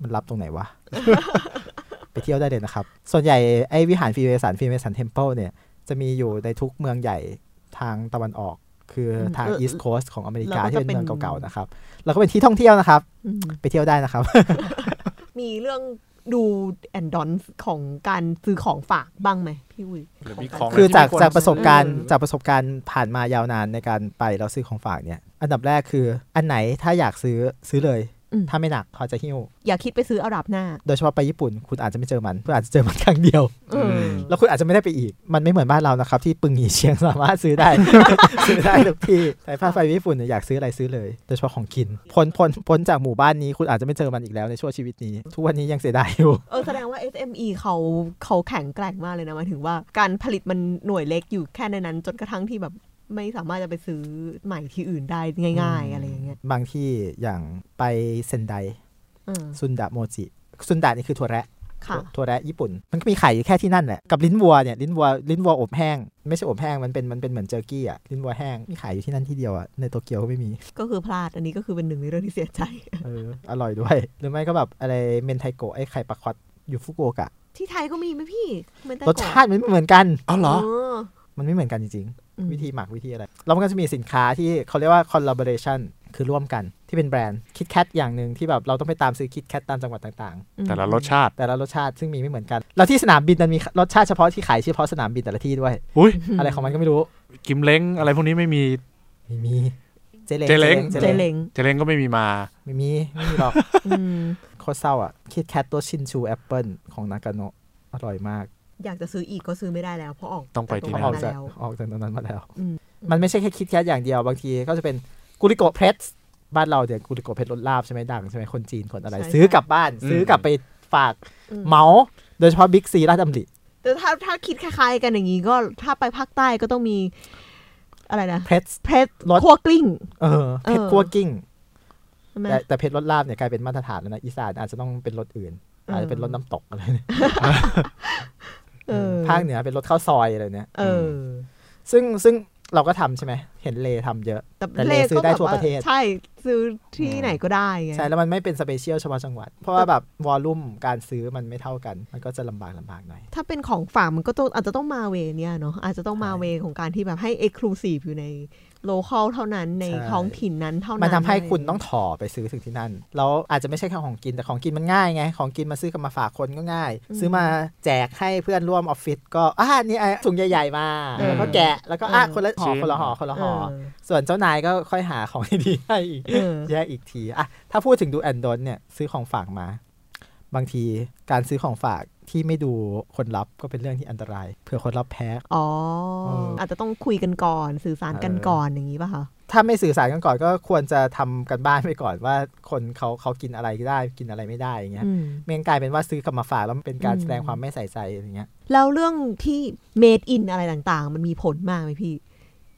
[SPEAKER 2] มันรับตรงไหนวะ *laughs* ไปเที่ยวได้เลยนะครับ ส่วนใหญ่ไอ้วิหารฟีเวสันฟีเวสันเทมเพิลเนี่ย จะมีอยู่ในทุกเมืองใหญ่ทางตะวันออก คือทาง
[SPEAKER 3] เออ
[SPEAKER 2] อีสต์โคสต์ของอเมริกา
[SPEAKER 3] แล้วก็
[SPEAKER 2] ที่เป็นเมือง
[SPEAKER 3] เป็น
[SPEAKER 2] เก่าๆนะครับ แล้วก็เป็นที่ท่องเที่ยวนะครับ
[SPEAKER 3] อืม
[SPEAKER 2] ไปเที่ยวได้นะครับ
[SPEAKER 3] มีเรื่องดูแอนดอนของการซื้อของฝากบ้างไหมพี่วิ
[SPEAKER 1] หรือมีของะไร
[SPEAKER 2] คือจาก
[SPEAKER 1] ที่ไม่ว
[SPEAKER 2] จากประสบการณ์
[SPEAKER 1] ซื้อ
[SPEAKER 2] จากประสบการณ์ผ่านมายาวนานในการไปเราซื้อของฝากเนี่ย อันดับแรกคืออันไหนถ้าอยากซื้อซื้อเลย
[SPEAKER 3] อืม
[SPEAKER 2] ถ้าไม่หนักเขาจะหิ้ว
[SPEAKER 3] อย่าคิดไปซื้ออาหรับหน้า
[SPEAKER 2] โดยเฉพาะไปญี่ปุ่น คุณอาจจะไม่เจอมัน คุณอาจจะเจอมันครั้งเดียว *laughs*
[SPEAKER 3] เออ
[SPEAKER 2] แล้วคุณอาจจะไม่ได้ไปอีก มันไม่เหมือนบ้านเรานะครับ ที่ปึงหยีเชียง *laughs* สามารถซื้อได้ ซื้อได้ทุกที่แต่ถ้าไปญี่ปุ่นเนี่ยอยากซื้ออะไรซื้อเลย โดยเฉพาะของกินพ้นพ้นพ้นจากหมู่บ้านนี้คุณอาจจะไม่เจอมันอีกแล้วในช่วงชีวิตนี้ ทุกวันนี้ยังเสียดายอยู่
[SPEAKER 3] เออแสดงว่า SME เขาเขาแข็งแกร่งมากเลยนะหมายถึงว่าการผลิตมันหน่วยเล็กอยู่แค่ในนั้น จนกระทั่งที่แบบไม่สามารถจะไปซื้อใหม่ที่อื่นได้ง่าย ๆ อะไรอย่างเงี้ย
[SPEAKER 2] บางที่อย่างไปเซนได
[SPEAKER 3] เออ
[SPEAKER 2] ซุนดะโมจิซุนดะนี่คือถั่วแระ
[SPEAKER 3] ค่ะ
[SPEAKER 2] ถั่วแระญี่ปุ่น มันก็มีขายอยู่แค่ที่นั่นแหละ กับลิ้นวัวเนี่ยลิ้นวัวลิ้นวัวอบแห้ง ไม่ใช่อบแห้งมันเป็นมันเป็นเหมือนเจอร์กี้อ่ะลิ้นวัวแห้งมีขายอยู่ที่นั่นที่เดียวอ่ะในโตเกียวก็ไม่มี
[SPEAKER 3] ก็คือพลาดอันนี้ก็คือเป็นหนึ่งในเรื่องที่เสียใจ
[SPEAKER 2] เอออร่อยด้วย หรือไม่ก็แบบอะไรเมนไทโกะไอ้ไข่ปลาคอตอยู่ฟุกุโอกะ
[SPEAKER 3] ที่ไทยก็มีไหมพี่เหมือนแต่
[SPEAKER 2] รสชาติมันไม่เหมือนกัน
[SPEAKER 1] เอาเหรอ
[SPEAKER 2] มันไม่เหมือนกันจริง
[SPEAKER 3] อืม
[SPEAKER 2] ๆ วิธีหมักวิธีอะไรแล้วมันก็จะมีสินค้าที่เขาเรียกว่า collaboration คือร่วมกันที่เป็นแบรนด์คิดแคทอย่างหนึ่งที่แบบเราต้องไปตามซื้อคิดแคทตามจังหวัดต่างๆ
[SPEAKER 3] อืม
[SPEAKER 1] แต่ละรสชาติ
[SPEAKER 2] แต่ละรสชาติซึ่งมีไม่เหมือนกัน แล้วที่สนามบินมันมีรสชาติเฉพาะที่ขายเฉพาะสนามบินแต่ละที่ด้วย
[SPEAKER 1] อุ้ย
[SPEAKER 2] อะไรของมันก็ไม่รู้
[SPEAKER 1] กิมเล้งอะไรพวกนี้ไม่มี
[SPEAKER 2] ไม่มีเจเล้ง
[SPEAKER 1] เจ๊เล้ง
[SPEAKER 2] เจ
[SPEAKER 3] เจ
[SPEAKER 2] เล้ง
[SPEAKER 3] เล้ง
[SPEAKER 1] เจเล้งก็ไม่มีมา
[SPEAKER 2] ไม่มี ไม่มีหรอก
[SPEAKER 3] อืม
[SPEAKER 2] โค *laughs* ตรเศร้าอ่ะ คิดแคทตัวชินชูแอปเปิลของนากาโนะอร่อยมาก
[SPEAKER 3] อยากจะซื้ออีกก็ซื้อไม่ได้แล้วเพราะออก
[SPEAKER 1] ต้องไปที่
[SPEAKER 2] เขา
[SPEAKER 3] จา
[SPEAKER 2] ออกจา
[SPEAKER 3] ตรงนั้น
[SPEAKER 2] ก
[SPEAKER 3] แล้ว
[SPEAKER 2] ออกจากตรงนั้นมาแล้ว
[SPEAKER 3] อืม
[SPEAKER 2] มันไม่ใช่แค่คิดแคทอย่างเดียว บางทีก็จะเป็นกุลิโกะเพรสบ้านเราเดี๋ยวกุลิโกะเพรสรสลาบใช่ไหมดังใช่ไหมคนจีนคนอะไร
[SPEAKER 3] ใช่
[SPEAKER 2] ซื้อกลับบ้าน
[SPEAKER 1] อืม
[SPEAKER 2] ซื้อกลับไปฝาก
[SPEAKER 3] อืม
[SPEAKER 2] เหมาโดยเฉพาะบิ๊กซีราชดำริ
[SPEAKER 3] แต่ถ้าถ้าคิดคล้ายๆกันอย่างนี้ก็ถ้าไปภาคใต้ก็ต้องมี อะไรนะ
[SPEAKER 2] เพรส
[SPEAKER 3] เพชร
[SPEAKER 2] รส
[SPEAKER 3] คั่วกลิ้ง
[SPEAKER 2] เออเพชร
[SPEAKER 3] เออ
[SPEAKER 2] คั่วกิ้ง
[SPEAKER 3] ใช่ไหม
[SPEAKER 2] แต่แต่เพชรรสลาบเนี่ยกลายเป็นมาตรฐานแล้วนะอีสานอาจจะต้องเป็นรสอื่น
[SPEAKER 3] เอออ
[SPEAKER 2] อาจจะเป็นรสน้ำตกอะไรเนี่ย
[SPEAKER 3] เออ
[SPEAKER 2] ภาคเหนือเป็นรสข้าวซอยอะไรเนี่ย
[SPEAKER 3] เออ
[SPEAKER 2] ซึ่งซึ่งเราก็ทำใช่ไหม เห็นเลทำเยอะ แต่เลซื้อได้ทั่วประเทศ
[SPEAKER 3] ก็แบบาใช่ ซื้อที่ไหนก็ได้ไง
[SPEAKER 2] ใช่แล้วมันไม่เป็นสเปเชียลเฉพาะจังหวัด เพราะว่าแบบวอลลุ่มการซื้อมันไม่เท่ากัน มันก็จะลำบากลำบากหน่อย
[SPEAKER 3] ถ้าเป็นของฝากมันก็ต้องอาจจะต้องมาเวเนี่ยเนาะอาจจะต้องมา
[SPEAKER 2] ใช่
[SPEAKER 3] เวของการที่แบบให้เอกลูซีฟอยู่ในโลเคอลเท่านั้นใน
[SPEAKER 2] ใช่
[SPEAKER 3] ท้องถิ่นนั้นเท่านั้น
[SPEAKER 2] มันทำให้คุณ
[SPEAKER 3] ะไร
[SPEAKER 2] ต้องถอไปซื้อถึงที่นั่น แล้วอาจจะไม่ใช่แค่ของกินแต่ของกินมันง่ายไง ของกินมาซื้อกลับมาฝากคนก็ง่าย ซื้อมาแจกให้เพื่อนร่วมออฟฟิศก็อ่านี่ไอ้ถุงใหญ่ๆมา
[SPEAKER 1] เออ
[SPEAKER 2] แล้วก็แกะแล้วก็อ่ะคนละห่อ
[SPEAKER 1] ชิ้น
[SPEAKER 2] คนละห่อคนละ
[SPEAKER 3] เอ
[SPEAKER 2] ห่อ
[SPEAKER 3] อ
[SPEAKER 2] ส่วนเจ้านายก็ค่อยหาของดีๆให้อีก
[SPEAKER 3] เออ
[SPEAKER 2] แยกอีกทีอะถ้าพูดถึงดูแอนดอนเนี่ยซื้อของฝากมา บางทีการซื้อของฝากที่ไม่ดูคนรับก็เป็นเรื่องที่อันตรายเผื่อคนรับแพ้
[SPEAKER 3] อ๋อ
[SPEAKER 2] เอออ
[SPEAKER 3] อาจจะต้องคุยกันก่อนสื่อสารกัน
[SPEAKER 2] เออ
[SPEAKER 3] ก่อนอย่างนี้ป่ะคะ
[SPEAKER 2] ถ้าไม่สื่อสารกันก่อนก็ควรจะทำกันบ้านไปก่อนว่าคนเขาเขากินอะไรได้กินอะไรไม่ได้อย่างเงี้ย
[SPEAKER 3] อืม
[SPEAKER 2] เมงั้นกลายเป็นว่าซื้อกลับมาฝากแล้วมันเป็นการ
[SPEAKER 3] อืม
[SPEAKER 2] แสดงความไม่ใส่ใจอย่างเงี้ย
[SPEAKER 3] แล้วเรื่องที่ made in อะไรต่างๆ มันมีผลมากไหมพี่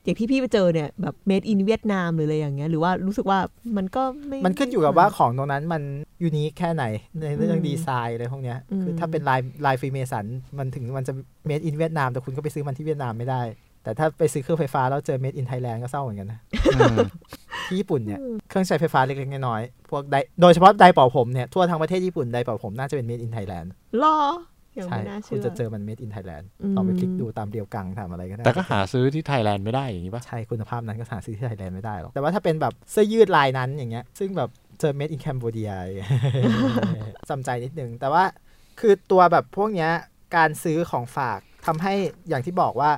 [SPEAKER 3] อย่างที่พี่ไปเจอเนี่ยแบบ made in เวียดนามหรืออะไรอย่างเงี้ย หรือว่ารู้สึกว่ามันก็ไม่
[SPEAKER 2] มันขึ้นอยู่กับว่าของตรงนั้นมันยูนิคแค่ไหนในเรื่อง
[SPEAKER 3] อืม
[SPEAKER 2] ดีไซน์อะไรพวกเนี้ย
[SPEAKER 3] อืม
[SPEAKER 2] คือถ้าเป็นลายลายฟรีเมสันมันถึงมันจะ made in เวียดนามแต่คุณก็ไปซื้อมันที่เวียดนามไม่ได้ แต่ถ้าไปซื้อเครื่องไฟฟ้าแล้วเจอ made in Thailand ก็เศร้าเหมือนกันนะ
[SPEAKER 1] อื
[SPEAKER 2] *laughs*
[SPEAKER 1] ม
[SPEAKER 2] ที่ญี่ปุ่นเนี่ยเครื่องใช้ไฟฟ้าเล็ก ๆ น้อยๆพวกไดโดยเฉพาะไดร์เป่าผมเนี่ย ทั่วทั้งประเทศญี่ปุ่นไดร์เป่าผมน่าจะเป็น made in Thailand
[SPEAKER 3] หรออย่าง
[SPEAKER 2] ใช่
[SPEAKER 3] ไม่น่าเชื่
[SPEAKER 2] คุณ
[SPEAKER 3] อ
[SPEAKER 2] จะเจอมัน made in Thailand
[SPEAKER 3] อืม
[SPEAKER 2] ลองไปคลิกดูตามเดียวกังทำอะไรก็ได้
[SPEAKER 1] แต่ก็หาซื้อที่ไทยแลนด์ไม่ได้อย่างนี้ป่ะ
[SPEAKER 2] ใช่คุณภาพนั้นก็หาซื้อที่ไทยแลนด์ไม่ได้หรอกแต่ว่าถ้าเป็นแบบเสื้อยืดลายนั้นอย่างเงี้ยซึ่งแบบเจอ made in Cambodia อย่างเงี้ย *laughs* จำใจนิดนึง แต่ว่าคือตัวแบบพวกเนี้ยการซื้อของฝากทำให้อย่างที่บอกว่า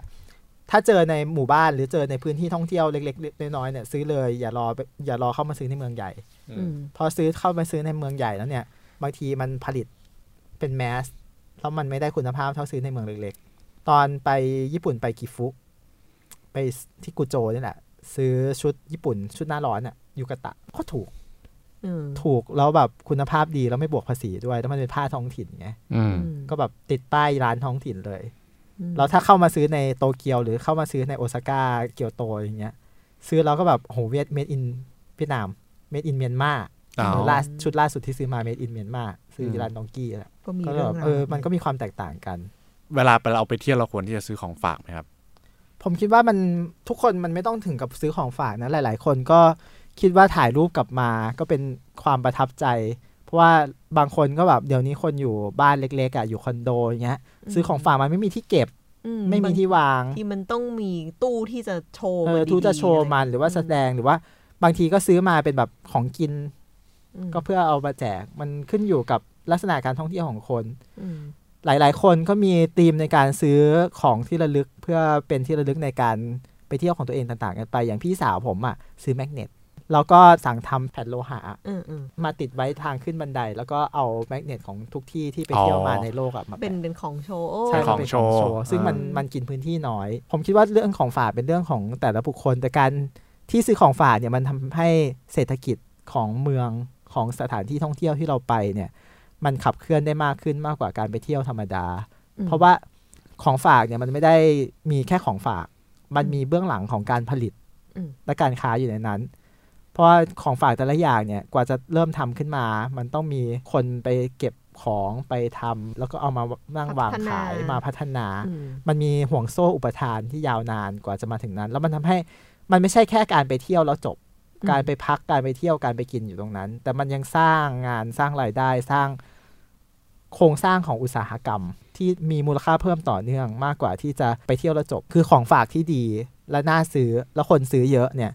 [SPEAKER 2] ถ้าเจอในหมู่บ้านหรือเจอในพื้นที่ท่องเที่ยวเล็กๆน้อยๆเนี่ยซื้อเลยอย่ารอไปอย่ารอเข้ามาซื้อในเมืองใหญ่
[SPEAKER 3] อืม
[SPEAKER 2] พอซื้อเข้ามาซื้อในเมืองใหญ่แล้วเนี่ย บางทีมันผลิตเป็นแมสแล้วมันไม่ได้คุณภาพเท่าซื้อในเมืองเล็กๆ ตอนไปญี่ปุ่นไปกิฟุไปที่กุโจนี่แหละ ซื้อชุดญี่ปุ่นชุดหน้าร้อนอะยูกะตะโคตรถูก
[SPEAKER 3] เออ
[SPEAKER 2] ถูกแล้วแบบคุณภาพดีแล้วไม่บวกภาษีด้วยแล้วมันเป็นผ้าท้องถิ่นไง
[SPEAKER 1] อืม
[SPEAKER 2] ก็แบบติดป้ายร้านท้องถิ่นเลย
[SPEAKER 3] อืม
[SPEAKER 2] แล้วถ้าเข้ามาซื้อในโตเกียวหรือเข้ามาซื้อในโอซาก้าเกียวโตอย่างเงี้ย ซื้อแล้วก็แบบโหเวียดเมดอินเวียดนามเมดอินเมียนมา
[SPEAKER 1] อ๋อ
[SPEAKER 2] ล่าสุดชุดล่าสุดที่ซื้อมาเมดอินเมียนมาซื้อที่ร้านดองกี้แหละ
[SPEAKER 3] ก็มี
[SPEAKER 2] ก็
[SPEAKER 3] เรื่
[SPEAKER 2] แบ
[SPEAKER 3] อง
[SPEAKER 2] บ
[SPEAKER 3] ราว
[SPEAKER 2] เออมันก็มีความแตกต่างกัน
[SPEAKER 1] เวลาไปเราไปเที่ยวเราควรที่จะซื้อของฝากไหมครับ
[SPEAKER 2] ผมคิดว่ามันทุกคนมันไม่ต้องถึงกับซื้อของฝากนะหลาย ๆ คนก็คิดว่าถ่ายรูปกลับมาก็เป็นความประทับใจ เพราะว่าบางคนก็แบบเดี๋ยวนี้คนอยู่บ้านเล็กๆอ่ะอยู่คอนโดอย่างเงี้ยซื้อของฝากมันไม่มีที่เก็บ
[SPEAKER 3] อื
[SPEAKER 2] ไม่มีที่วาง
[SPEAKER 3] บางที่มันต้องมีตู้ที่จะโชว์
[SPEAKER 2] เออ
[SPEAKER 3] มัน
[SPEAKER 2] ทูตจะ
[SPEAKER 3] ดีๆ
[SPEAKER 2] โชว์มันหรือว่าแสดงหรือว่าบางทีก็ซื้อมาเป็นแบบของกิน
[SPEAKER 3] อืม
[SPEAKER 2] ก็เพื่อเอามาแจก มันขึ้นอยู่กับลักษณะการท่องเที่ยวของคน
[SPEAKER 3] อืม
[SPEAKER 2] หลาย ๆ คนก็มีธีมในการซื้อของที่ระลึกเพื่อเป็นที่ระลึกในการไปเที่ยวของตัวเองต่าง ๆ กันไป อย่างพี่สาวผมอะ่ะซื้อแมกเนตแล้วก็สั่งทำแผ่นโลหะ
[SPEAKER 3] เออเออ
[SPEAKER 2] มาติดไว้ทางขึ้นบันได แล้วก็เอาแมกเนตของทุกที่ที่ไปเที่ยวมาในโลกอะมา
[SPEAKER 3] เป็
[SPEAKER 2] แปะ
[SPEAKER 3] นเป็นของโชว์โอ้
[SPEAKER 2] ใช่
[SPEAKER 1] ข
[SPEAKER 2] มั
[SPEAKER 1] อน ง
[SPEAKER 2] เป็น
[SPEAKER 1] โช
[SPEAKER 2] ขอ
[SPEAKER 1] ว์
[SPEAKER 2] งโชว์ ซึ่ง
[SPEAKER 1] อ่ามั
[SPEAKER 2] มันมันกินพื้นที่น้อย ผมคิดว่าเรื่องของฝากเป็นเรื่องของแต่ละบุคคล แต่การที่ซื้อของฝากเนี่ยมันทำให้เศรษฐกิจของเมืองของสถานที่ท่องเที่ยวที่เราไปเนี่ย มันขับเคลื่อนได้มากขึ้นมากกว่าการไปเที่ยวธรรมดา
[SPEAKER 3] อืม
[SPEAKER 2] เพราะว่าของฝากเนี่ยมันไม่ได้มีแค่ของฝาก มันมีเบื้องหลังของการผลิต
[SPEAKER 3] อืม
[SPEAKER 2] และการค้าอยู่ในนั้น เพราะว่าของฝากแต่ละอย่างเนี่ย กว่าจะเริ่มทำขึ้นมา มันต้องมีคนไปเก็บของไปทำแล้วก็เอามานั่งวางขายมาพัฒนา
[SPEAKER 3] อืม
[SPEAKER 2] มันมีห่วงโซ่อุปทานที่ยาวนานกว่าจะมาถึงนั้น แล้วมันทำให้มันไม่ใช่แค่การไปเที่ยวแล้วจบ
[SPEAKER 3] อืม
[SPEAKER 2] การไปพักการไปเที่ยวการไปกินอยู่ตรงนั้น แต่มันยังสร้างงานสร้างรายได้สร้างโครงสร้างของอุตสาหกรรม ที่มีมูลค่าเพิ่มต่อเนื่องมากกว่าที่จะไปเที่ยวแล้วจบ คือของฝากที่ดีและน่าซื้อแล้วคนซื้อเยอะเนี่ย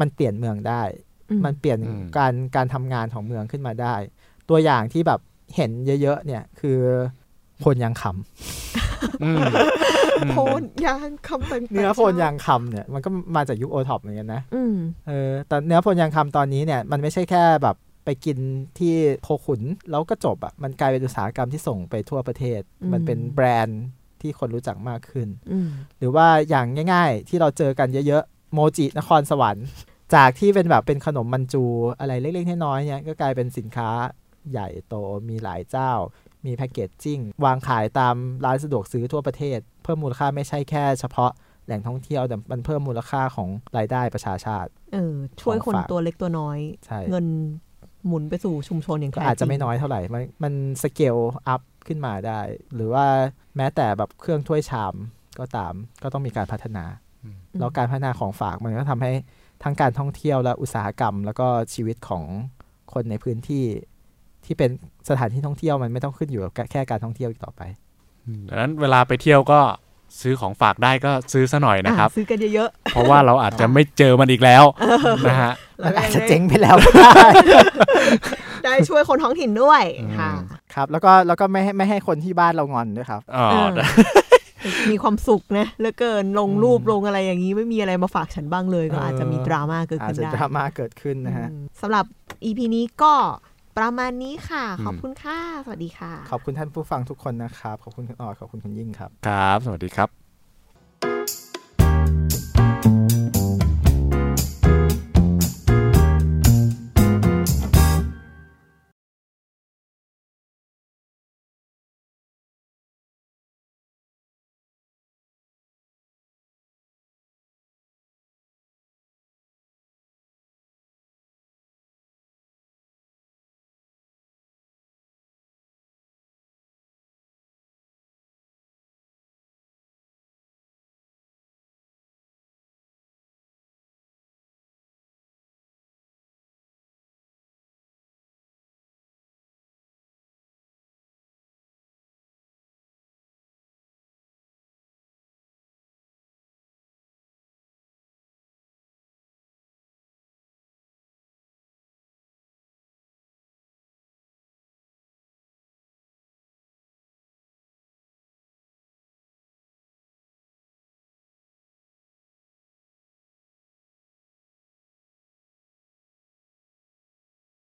[SPEAKER 2] มันเปลี่ยนเมืองได้
[SPEAKER 3] อื
[SPEAKER 2] มันเปลี่ยน
[SPEAKER 1] อืม
[SPEAKER 2] การการทำงานของเมืองขึ้นมาได้ ตัวอย่างที่แบบเห็นเยอะๆเนี่ยคือคนยังคำ
[SPEAKER 1] อืม
[SPEAKER 3] โพนยางคำต่างๆ
[SPEAKER 2] เนื้อโพนยางคำเนี่ยมันก็มาจากยุคโอท็อปเหมือนกันนะ
[SPEAKER 3] อืม
[SPEAKER 2] เออแต่เนื้อโพนยางคำตอนนี้เนี่ยมันไม่ใช่แค่แบบไปกินที่โพขุนแล้วก็จบอะ่ะมันกลายเป็นอุตสาหกรรมที่ส่งไปทั่วประเทศ
[SPEAKER 3] อืม
[SPEAKER 2] มันเป็นแบรนด์ที่คนรู้จักมากขึ้น
[SPEAKER 3] อืม
[SPEAKER 2] หรือว่าอย่างง่ายๆ ที่เราเจอกันเยอะๆโมจินครสวรรค์ จากที่เป็นแบบเป็นขนมมันจูอะไรเล็กๆน้อยๆเนี่ยก็กลายเป็นสินค้าใหญ่โตมีหลายเจ้า มีแพคเกจจิ้งวางขายตามร้านสะดวกซื้อทั่วประเทศ เพิ่มมูลค่าไม่ใช่แค่เฉพาะแหล่งท่องเที่ยวแต่มันเพิ่มมูลค่าของรายได้ประชาชาติ
[SPEAKER 3] เออ ช่วยคน
[SPEAKER 2] ของฝาก
[SPEAKER 3] ตัวเล็กตัวน้อย
[SPEAKER 2] ใช่
[SPEAKER 3] เงินหมุนไปสู่ชุมชนอย่าง
[SPEAKER 2] ก็
[SPEAKER 3] แท้
[SPEAKER 2] อาจจะไม่
[SPEAKER 3] ริง
[SPEAKER 2] น้อยเท่าไหร่ มันมันสเกลอัพขึ้นมาได้ หรือว่าแม้แต่แบบเครื่องถ้วยชามก็ตามก็ต้องมีการพัฒนา แล้วการพัฒนาของฝากมันก็ทำให้ทั้งการท่องเที่ยวและอุตสาหกรรม แล้วก็ชีวิตของคนในพื้นที่ ที่เป็นสถานที่ท่องเที่ยวมันไม่ต้องขึ้นอยู่กับแค่การท่องเที่ยวอีกต่อไป
[SPEAKER 1] ดังนั้นเวลาไปเที่ยวก็ซื้อของฝากได้ก็ซื้อซะหน่อยนะครับ
[SPEAKER 3] อ่ซื้อกันเยอะ
[SPEAKER 1] เพราะว่าเราอาจจะไม่เจอมันอีกแล้วนะฮะ
[SPEAKER 3] ๆแล้
[SPEAKER 2] มั
[SPEAKER 3] วน
[SPEAKER 2] อาจ
[SPEAKER 3] ก็
[SPEAKER 2] จะ
[SPEAKER 3] ได้
[SPEAKER 2] เจ๊งไปแล้ว *laughs* ก็ได้
[SPEAKER 3] ได้ช่วยคนท้องถิ่นด้วยค่ะ
[SPEAKER 1] อืม
[SPEAKER 2] ครับ แล้วก็แล้วก็ไม่ให้ไม่ให้คนที่บ้านเรางอนด้วยครับ
[SPEAKER 1] อ๋อ
[SPEAKER 3] เออ มีความสุขนะเหลือเกินลงรูปลงอะไรอย่างนี้ไม่มีอะไรมาฝากฉันบ้างเลย ก็
[SPEAKER 2] เอออ
[SPEAKER 3] อาจจะมีดราม่าเกิด
[SPEAKER 2] อาจ
[SPEAKER 3] ขึ้น
[SPEAKER 2] จะ
[SPEAKER 3] ได้
[SPEAKER 2] ดราม่าเกิดขึ้นนะฮะ
[SPEAKER 3] อืมสำหรับ EP นี้ก็ประมาณนี้ค่ะ ขอบคุณค่ะ สวัสดีค่ะ
[SPEAKER 2] ขอบคุณท่านผู้ฟังทุกคนนะครับ ขอบคุณคุณออดขอบคุณคุณยิ่งครับ
[SPEAKER 1] ครับ สวัสดีครับ